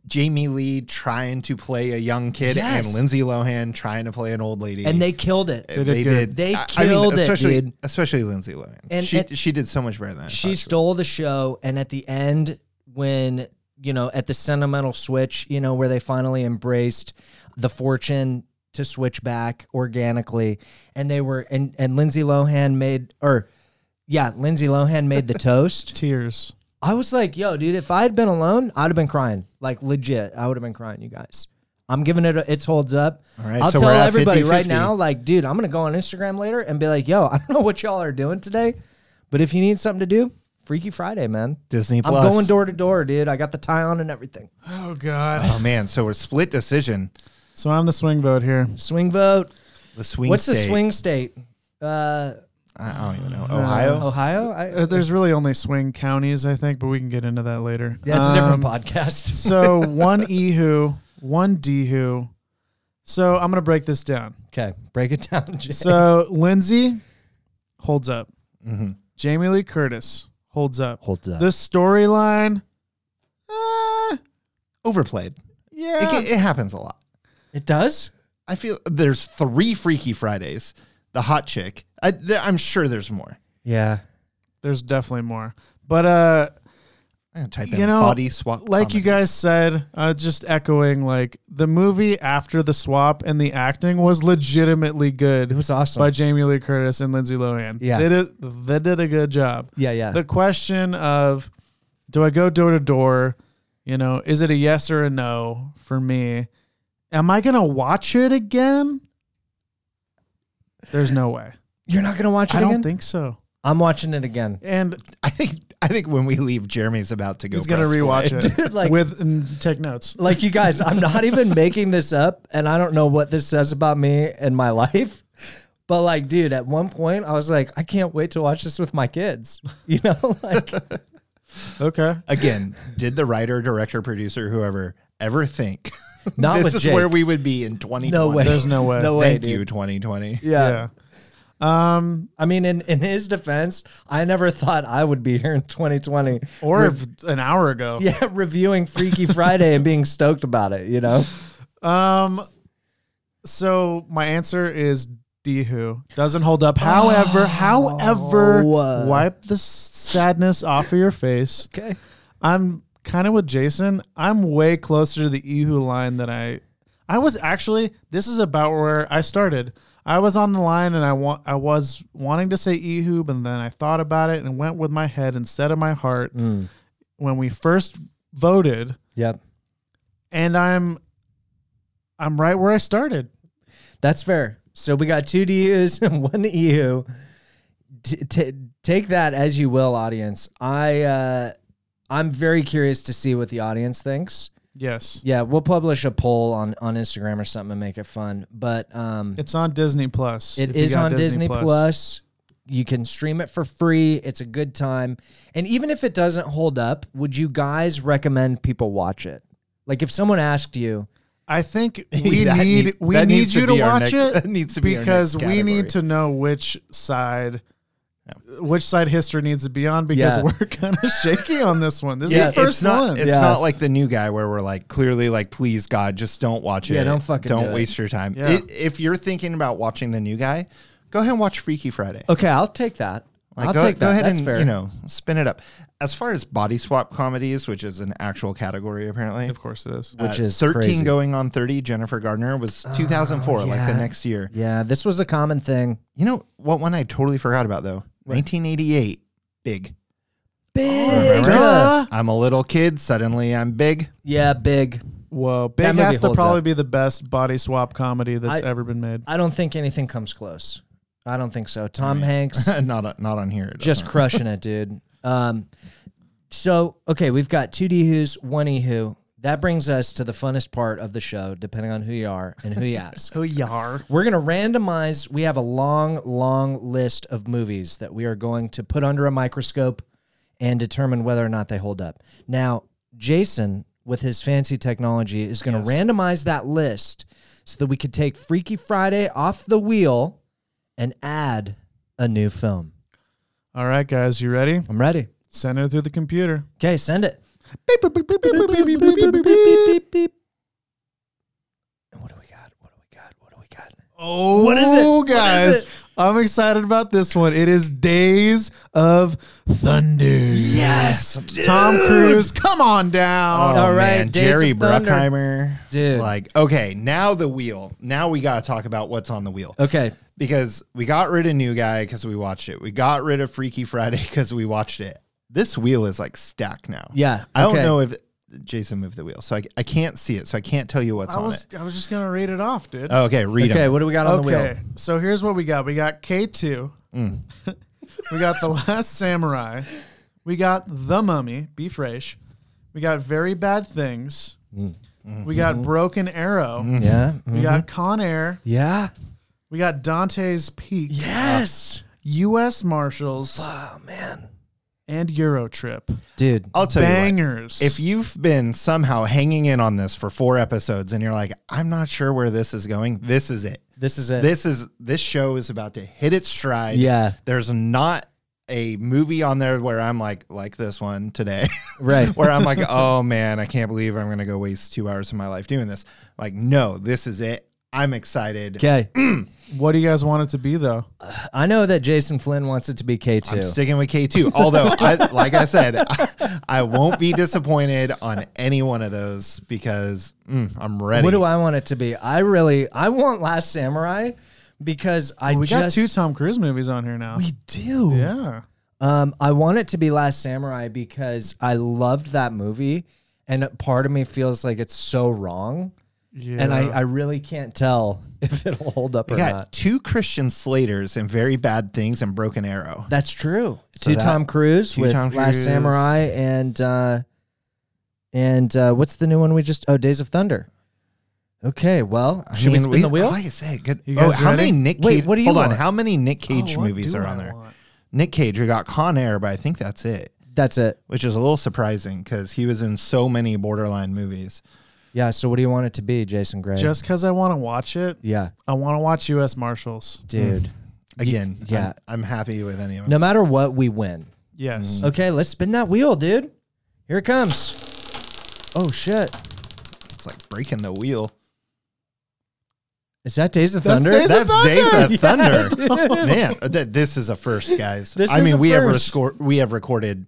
[SPEAKER 3] Jamie Lee trying to play a young kid
[SPEAKER 1] Yes.
[SPEAKER 3] and Lindsay Lohan trying to play an old lady.
[SPEAKER 1] and they killed it
[SPEAKER 3] they,
[SPEAKER 2] did good.
[SPEAKER 3] did.
[SPEAKER 1] They
[SPEAKER 3] I-
[SPEAKER 1] killed it,
[SPEAKER 3] especially, Oh,
[SPEAKER 1] dude.
[SPEAKER 3] Especially Lindsay Lohan.
[SPEAKER 1] And-
[SPEAKER 3] she
[SPEAKER 1] and-
[SPEAKER 3] she did so much better than I thought
[SPEAKER 1] she
[SPEAKER 3] would.
[SPEAKER 1] stole the show and at the end when you know at the sentimental switch you know where they finally embraced the fortune to switch back organically and they were and and lindsay lohan made or yeah lindsay lohan made the toast
[SPEAKER 2] Tears.
[SPEAKER 1] I was like, yo, dude, if I had been alone, I'd have been crying. Like legit, I would have been crying, you guys. I'm giving it a, it's holds up.
[SPEAKER 3] All right,
[SPEAKER 1] I'll
[SPEAKER 3] so
[SPEAKER 1] tell
[SPEAKER 3] we're at
[SPEAKER 1] everybody
[SPEAKER 3] 50-50.
[SPEAKER 1] right now, like, dude, I'm gonna go on Instagram later and be like, yo, I don't know what y'all are doing today, but if you need something to do, Freaky Friday, man.
[SPEAKER 3] Disney
[SPEAKER 1] I'm
[SPEAKER 3] Plus.
[SPEAKER 1] going door to door, dude. I got the tie on and everything.
[SPEAKER 2] Oh God.
[SPEAKER 3] Oh man, so we're split decision.
[SPEAKER 2] So I'm the swing vote here.
[SPEAKER 1] Swing vote.
[SPEAKER 3] The swing.
[SPEAKER 1] What's the
[SPEAKER 3] state-
[SPEAKER 1] swing state? Uh,
[SPEAKER 3] I don't even know. Ohio.
[SPEAKER 1] Ohio. I,
[SPEAKER 2] Uh, There's really only swing counties, I think, but we can get into that later.
[SPEAKER 1] that's a different
[SPEAKER 2] Um,
[SPEAKER 1] podcast.
[SPEAKER 2] so one Ehu, one Dehu, So I'm gonna break this down.
[SPEAKER 1] Okay, break it down. Jay.
[SPEAKER 2] So Lindsay holds up. Jamie Lee Curtis holds up.
[SPEAKER 1] Mm-hmm. Holds up.
[SPEAKER 2] The storyline, uh,
[SPEAKER 3] Overplayed.
[SPEAKER 2] yeah,
[SPEAKER 3] It, ca- it happens a lot.
[SPEAKER 1] it does.
[SPEAKER 3] I feel there's three Freaky Fridays. The hot chick. I, there, I'm sure there's more.
[SPEAKER 1] Yeah.
[SPEAKER 2] there's definitely more. But uh,
[SPEAKER 3] I'm gonna type
[SPEAKER 2] you
[SPEAKER 3] in
[SPEAKER 2] know,
[SPEAKER 3] body swap.
[SPEAKER 2] like you guys
[SPEAKER 3] comedies.
[SPEAKER 2] said, uh, just echoing like the movie after the swap and the acting was legitimately good.
[SPEAKER 1] It was awesome.
[SPEAKER 2] by Jamie Lee Curtis and Lindsay Lohan.
[SPEAKER 1] Yeah.
[SPEAKER 2] they did they did a good job.
[SPEAKER 1] yeah, yeah.
[SPEAKER 2] The question of do I go door to door? You know, is it a yes or a no for me? Am I gonna watch it again? There's no way.
[SPEAKER 1] You're not gonna watch it
[SPEAKER 2] I don't
[SPEAKER 1] again?
[SPEAKER 2] think so.
[SPEAKER 1] I'm watching it again.
[SPEAKER 2] And
[SPEAKER 3] I think I think when we leave, Jeremy's about to go.
[SPEAKER 2] he's gonna
[SPEAKER 3] press
[SPEAKER 2] rewatch
[SPEAKER 3] play.
[SPEAKER 2] it
[SPEAKER 1] like-
[SPEAKER 2] with mm, take notes.
[SPEAKER 1] Like you guys, I'm not even making this up, and I don't know what this says about me and my life. But like, dude, at one point I was like, I can't wait to watch this with my kids. You know, like
[SPEAKER 2] Okay.
[SPEAKER 3] Again, did the writer, director, producer, whoever ever think
[SPEAKER 1] not
[SPEAKER 3] this
[SPEAKER 1] with
[SPEAKER 3] is
[SPEAKER 1] Jake.
[SPEAKER 3] where we would be in 2020?
[SPEAKER 1] no way.
[SPEAKER 2] There's no way.
[SPEAKER 1] No way.
[SPEAKER 3] Thank
[SPEAKER 1] dude.
[SPEAKER 3] you, 2020.
[SPEAKER 1] Yeah.
[SPEAKER 2] yeah. Um.
[SPEAKER 1] I mean, in, in his defense, I never thought I would be here in 2020.
[SPEAKER 2] or if an hour ago.
[SPEAKER 1] Yeah, reviewing Freaky Friday and being stoked about it, you know?
[SPEAKER 2] Um. So my answer is D. Who doesn't hold up. However, however,
[SPEAKER 1] uh,
[SPEAKER 2] wipe the s- sadness off of your face.
[SPEAKER 1] Okay.
[SPEAKER 2] I'm kind of with Jason. I'm way closer to the Ihu line than I. I was actually. This is about where I started. I was on the line and I want. I was wanting to say Ihu, but then I thought about it and went with my head instead of my heart. When we first voted,
[SPEAKER 1] Yep.
[SPEAKER 2] and I'm I'm right where I started.
[SPEAKER 1] That's fair. So we got two DUs and one EU. T- t- take that as you will, audience. I uh, I'm very curious to see what the audience thinks.
[SPEAKER 2] Yes.
[SPEAKER 1] Yeah, we'll publish a poll on on Instagram or something and make it fun. But um,
[SPEAKER 2] It's on Disney Plus.
[SPEAKER 1] It
[SPEAKER 2] if you
[SPEAKER 1] is
[SPEAKER 2] got
[SPEAKER 1] on Disney Plus. You can stream it for free. It's a good time. And even if it doesn't hold up, would you guys recommend people watch it? Like if someone asked you,
[SPEAKER 2] I think we
[SPEAKER 3] That
[SPEAKER 2] need
[SPEAKER 3] need-
[SPEAKER 2] we
[SPEAKER 3] that
[SPEAKER 2] need
[SPEAKER 3] needs to
[SPEAKER 2] you to,
[SPEAKER 3] be our
[SPEAKER 2] watch
[SPEAKER 3] next-
[SPEAKER 2] it
[SPEAKER 3] that needs to be our
[SPEAKER 2] because
[SPEAKER 3] next
[SPEAKER 2] we need
[SPEAKER 3] category.
[SPEAKER 2] to know which side which side history needs to be on because
[SPEAKER 1] Yeah.
[SPEAKER 2] we're kind of shaky on this one. This
[SPEAKER 1] Yeah,
[SPEAKER 2] is the first
[SPEAKER 3] it's not,
[SPEAKER 2] one.
[SPEAKER 3] It's
[SPEAKER 1] Yeah.
[SPEAKER 3] not like the new guy where we're like clearly like, please God, just don't watch it.
[SPEAKER 1] Yeah, don't fucking
[SPEAKER 3] don't
[SPEAKER 1] do it."
[SPEAKER 3] waste your time.
[SPEAKER 2] Yeah.
[SPEAKER 3] It, if you're thinking about watching the new guy, go ahead and watch Freaky Friday.
[SPEAKER 1] okay, I'll take that.
[SPEAKER 3] Like,
[SPEAKER 1] I'll
[SPEAKER 3] go,
[SPEAKER 1] take that.
[SPEAKER 3] go ahead
[SPEAKER 1] That's
[SPEAKER 3] and
[SPEAKER 1] fair.
[SPEAKER 3] you know spin it up. As far as body swap comedies, which is an actual category apparently,
[SPEAKER 2] Of course it is.
[SPEAKER 1] Which is
[SPEAKER 3] Uh, thirteen
[SPEAKER 1] crazy. Oh,
[SPEAKER 3] going on thirty. Jennifer Gardner was two thousand four, like the next year.
[SPEAKER 1] yeah, this was a common thing.
[SPEAKER 3] You know what one I totally forgot about though? Nineteen eighty eight. Big.
[SPEAKER 1] Big.
[SPEAKER 2] Duh.
[SPEAKER 3] I'm a little kid. Suddenly I'm big.
[SPEAKER 1] Yeah, big.
[SPEAKER 2] Whoa, Big
[SPEAKER 1] movie
[SPEAKER 2] has to
[SPEAKER 1] holds
[SPEAKER 2] probably
[SPEAKER 1] up.
[SPEAKER 2] be the best body swap comedy that's
[SPEAKER 1] I-
[SPEAKER 2] ever been made.
[SPEAKER 1] I don't think anything comes close. I don't think so. Tom Hanks
[SPEAKER 3] not not on here. it
[SPEAKER 1] just
[SPEAKER 3] doesn't.
[SPEAKER 1] crushing it, dude. Um, so okay, we've got two D who's one E who. That brings us to the funnest part of the show, depending on who you are and who you ask.
[SPEAKER 2] Oh, yar.
[SPEAKER 1] We're going to randomize. We have a long, long list of movies that we are going to put under a microscope and determine whether or not they hold up. Now, Jason, with his fancy technology, is going to randomize that list so that we could take Freaky Friday off the wheel and add a new film.
[SPEAKER 2] All right, guys, you ready?
[SPEAKER 1] I'm ready.
[SPEAKER 2] Send it through the computer.
[SPEAKER 1] Okay, send it. And what do we got? What do we got? What do we got?
[SPEAKER 2] Oh,
[SPEAKER 1] What is it? What is
[SPEAKER 2] guys?
[SPEAKER 1] it?
[SPEAKER 2] I'm excited about this one. It is Days of Thunder.
[SPEAKER 1] Yes,
[SPEAKER 2] Tom Cruise, come on
[SPEAKER 3] Oh,
[SPEAKER 2] down.
[SPEAKER 1] All right,
[SPEAKER 3] man.
[SPEAKER 1] Days
[SPEAKER 3] Jerry
[SPEAKER 1] of Thunder.
[SPEAKER 3] Bruckheimer.
[SPEAKER 1] Dude.
[SPEAKER 3] Like, okay, now the wheel. Now we got to talk about what's on the wheel.
[SPEAKER 1] Okay.
[SPEAKER 3] Because we got rid of New Guy because we watched it. We got rid of Freaky Friday because we watched it. This wheel is like stacked now.
[SPEAKER 1] Yeah,
[SPEAKER 3] I don't
[SPEAKER 1] okay.
[SPEAKER 3] know if Jason moved the wheel. So I, I can't see it. So I can't tell you what's
[SPEAKER 2] I
[SPEAKER 3] on
[SPEAKER 2] was
[SPEAKER 3] it. Oh,
[SPEAKER 2] I was just gonna read it off, dude.
[SPEAKER 3] Okay, read
[SPEAKER 1] Okay,
[SPEAKER 3] it.
[SPEAKER 1] what do we got on the wheel?
[SPEAKER 2] okay, so here's what we got. We got K two. we got The Last Samurai. We got The Mummy. Be fresh. We got Very Bad Things. We got Broken Arrow.
[SPEAKER 1] Yeah. mm,
[SPEAKER 2] We got Con Air.
[SPEAKER 1] Yeah.
[SPEAKER 2] We got Dante's Peak.
[SPEAKER 1] Yes.
[SPEAKER 2] U.S. Marshals.
[SPEAKER 1] Oh man.
[SPEAKER 2] and Eurotrip.
[SPEAKER 1] Dude,
[SPEAKER 3] I'll tell you. what.
[SPEAKER 2] Bangers.
[SPEAKER 3] If you've been somehow hanging in on this for four episodes and you're like, I'm not sure where this is going, this is it.
[SPEAKER 1] this is it.
[SPEAKER 3] This is this show is about to hit its stride.
[SPEAKER 1] Yeah.
[SPEAKER 3] There's not a movie on there where I'm like, like this one today.
[SPEAKER 1] Right.
[SPEAKER 3] where I'm like, oh man, I can't believe I'm gonna go waste two hours of my life doing this. Like, no, this is it. I'm excited.
[SPEAKER 1] okay.
[SPEAKER 2] what do you guys want it to be though?
[SPEAKER 1] I know that Jason Flynn wants it to be K2.
[SPEAKER 3] I'm sticking with K2. Although, I, like I said, I, won't be disappointed on any one of those because mm, I'm ready.
[SPEAKER 1] What do I want it to be? I really I want Last Samurai because I
[SPEAKER 2] we got
[SPEAKER 1] just
[SPEAKER 2] two Tom Cruise movies on here now.
[SPEAKER 1] we do.
[SPEAKER 2] yeah.
[SPEAKER 1] Um, I want it to be Last Samurai because I loved that movie, and part of me feels like it's so wrong,
[SPEAKER 2] Yeah.
[SPEAKER 1] and I, I really can't tell if it'll hold up or
[SPEAKER 3] We got
[SPEAKER 1] not.
[SPEAKER 3] two Christian Slaters and Very Bad Things and Broken Arrow.
[SPEAKER 1] That's true.
[SPEAKER 3] So
[SPEAKER 1] two
[SPEAKER 3] that-
[SPEAKER 1] Tom Cruise
[SPEAKER 3] two
[SPEAKER 1] with
[SPEAKER 3] Tom
[SPEAKER 1] Last
[SPEAKER 3] Cruise.
[SPEAKER 1] Samurai and uh, and uh, what's the new one we just? Oh, Days of Thunder. Okay, well,
[SPEAKER 3] I
[SPEAKER 1] should we
[SPEAKER 3] mean,
[SPEAKER 1] spin the wheel?
[SPEAKER 3] Like I said, good.
[SPEAKER 2] You
[SPEAKER 3] Oh,
[SPEAKER 2] guys
[SPEAKER 3] how
[SPEAKER 2] ready?
[SPEAKER 3] many Nick
[SPEAKER 1] Wait,
[SPEAKER 3] Cage?
[SPEAKER 1] what do you
[SPEAKER 3] hold
[SPEAKER 1] want?
[SPEAKER 3] on. How many Nick
[SPEAKER 2] Oh,
[SPEAKER 3] Cage
[SPEAKER 2] what
[SPEAKER 3] movies
[SPEAKER 2] do
[SPEAKER 3] are
[SPEAKER 2] I
[SPEAKER 3] on there?
[SPEAKER 2] want?
[SPEAKER 3] Nick Cage, we got Con Air, but I think that's it,
[SPEAKER 1] That's it.
[SPEAKER 3] which is a little surprising because he was in so many borderline movies.
[SPEAKER 1] Yeah. So, what do you want it to be, Jason Gray?
[SPEAKER 2] Just because I want to watch it,
[SPEAKER 1] yeah,
[SPEAKER 2] I want to watch U.S. Marshals.
[SPEAKER 1] dude.
[SPEAKER 3] Again,
[SPEAKER 1] yeah.
[SPEAKER 3] I'm, I'm happy with any of them.
[SPEAKER 1] No matter what, we win.
[SPEAKER 2] Yes.
[SPEAKER 1] Okay, let's spin that wheel, dude. Here it comes. Oh shit!
[SPEAKER 3] It's like breaking the wheel.
[SPEAKER 1] Is that Days of
[SPEAKER 2] That's
[SPEAKER 1] Thunder?
[SPEAKER 2] Days of
[SPEAKER 3] That's Days of Thunder.
[SPEAKER 1] dude.
[SPEAKER 3] Man, uh, th- this is a first, guys.
[SPEAKER 1] This
[SPEAKER 3] I
[SPEAKER 1] is a
[SPEAKER 3] mean, we have
[SPEAKER 1] first.
[SPEAKER 3] rescor- we have recorded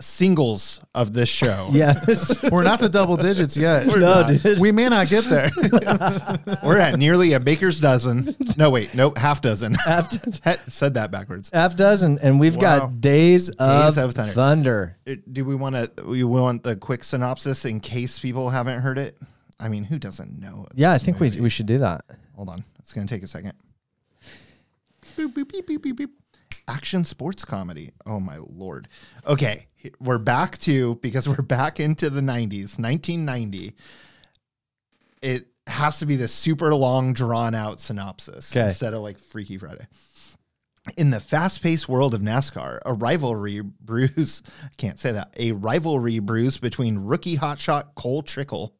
[SPEAKER 3] singles of this show.
[SPEAKER 1] yes.
[SPEAKER 2] We're not to double digits yet.
[SPEAKER 1] We're No, not. dude.
[SPEAKER 2] We may not get there.
[SPEAKER 3] We're at nearly a baker's dozen. No, wait, no, half dozen.
[SPEAKER 1] half, dozen,
[SPEAKER 3] He- Said that backwards.
[SPEAKER 1] half dozen, and we've
[SPEAKER 2] Wow.
[SPEAKER 1] got Days of,
[SPEAKER 3] of Thunder.
[SPEAKER 1] Thunder.
[SPEAKER 3] Uh, Do we want to? We want the quick synopsis in case people haven't heard it. I mean, who doesn't know?
[SPEAKER 1] Yeah, I
[SPEAKER 3] this
[SPEAKER 1] think
[SPEAKER 3] movie?
[SPEAKER 1] we we should do that.
[SPEAKER 3] Hold on, it's gonna take a second. Boop, boop, beep, beep, beep, beep. Action sports comedy. Oh my lord. Okay, he- we're back to because we're back into the '90s, 1990. It has to be the super long, drawn out synopsis
[SPEAKER 1] 'Kay.
[SPEAKER 3] instead of like Freaky Friday. In the fast-paced world of NASCAR, a rivalry brews. I can't say that. A rivalry brews between rookie hotshot Cole Trickle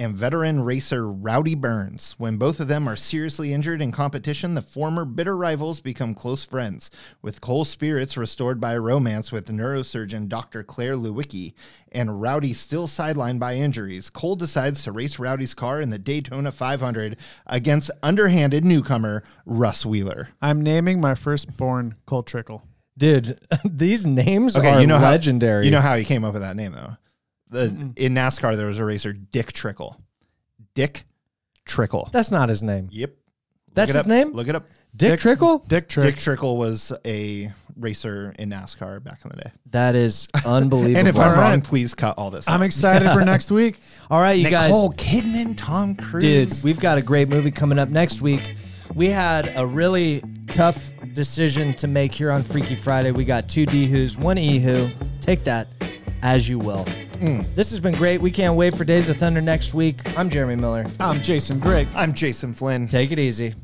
[SPEAKER 3] and veteran racer Rowdy Burns. When both of them are seriously injured in competition, the former bitter rivals become close friends, with Cole's spirits restored by a romance with neurosurgeon Dr. Claire Lewicki and Rowdy still sidelined by injuries. Cole decides to race Rowdy's car in the Daytona 500 against underhanded newcomer Russ Wheeler.
[SPEAKER 2] I'm naming my firstborn Cole Trickle.
[SPEAKER 1] Dude, these names are legendary.
[SPEAKER 3] How, you know how he came up with that name though. The, in NASCAR there was a racer Dick Trickle. Dick Trickle.
[SPEAKER 1] that's not his name.
[SPEAKER 3] Yep. Look
[SPEAKER 1] That's
[SPEAKER 3] it
[SPEAKER 1] his
[SPEAKER 3] up.
[SPEAKER 1] name?
[SPEAKER 3] Look it up.
[SPEAKER 1] Dick, Trickle.
[SPEAKER 2] Dick Trick.
[SPEAKER 3] Dick Trickle was a racer in NASCAR back in the day.
[SPEAKER 1] That is unbelievable.
[SPEAKER 3] And if
[SPEAKER 2] All
[SPEAKER 3] I'm
[SPEAKER 2] right.
[SPEAKER 3] wrong, please cut all this.
[SPEAKER 2] I'm
[SPEAKER 3] out.
[SPEAKER 2] excited for next week.
[SPEAKER 1] All right, you guys.
[SPEAKER 3] Nicole Kidman, Tom Cruise.
[SPEAKER 1] Dude, we've got a great movie coming up next week. We had a really tough decision to make here on Freaky Friday. We got two D who's, one E who. Take that as you will.
[SPEAKER 3] Hmm.
[SPEAKER 1] This has been great. We can't wait for Days of Thunder next week. I'm Jeremy Miller.
[SPEAKER 2] I'm Jason Greg.
[SPEAKER 3] I'm Jason Flynn.
[SPEAKER 1] Take it easy.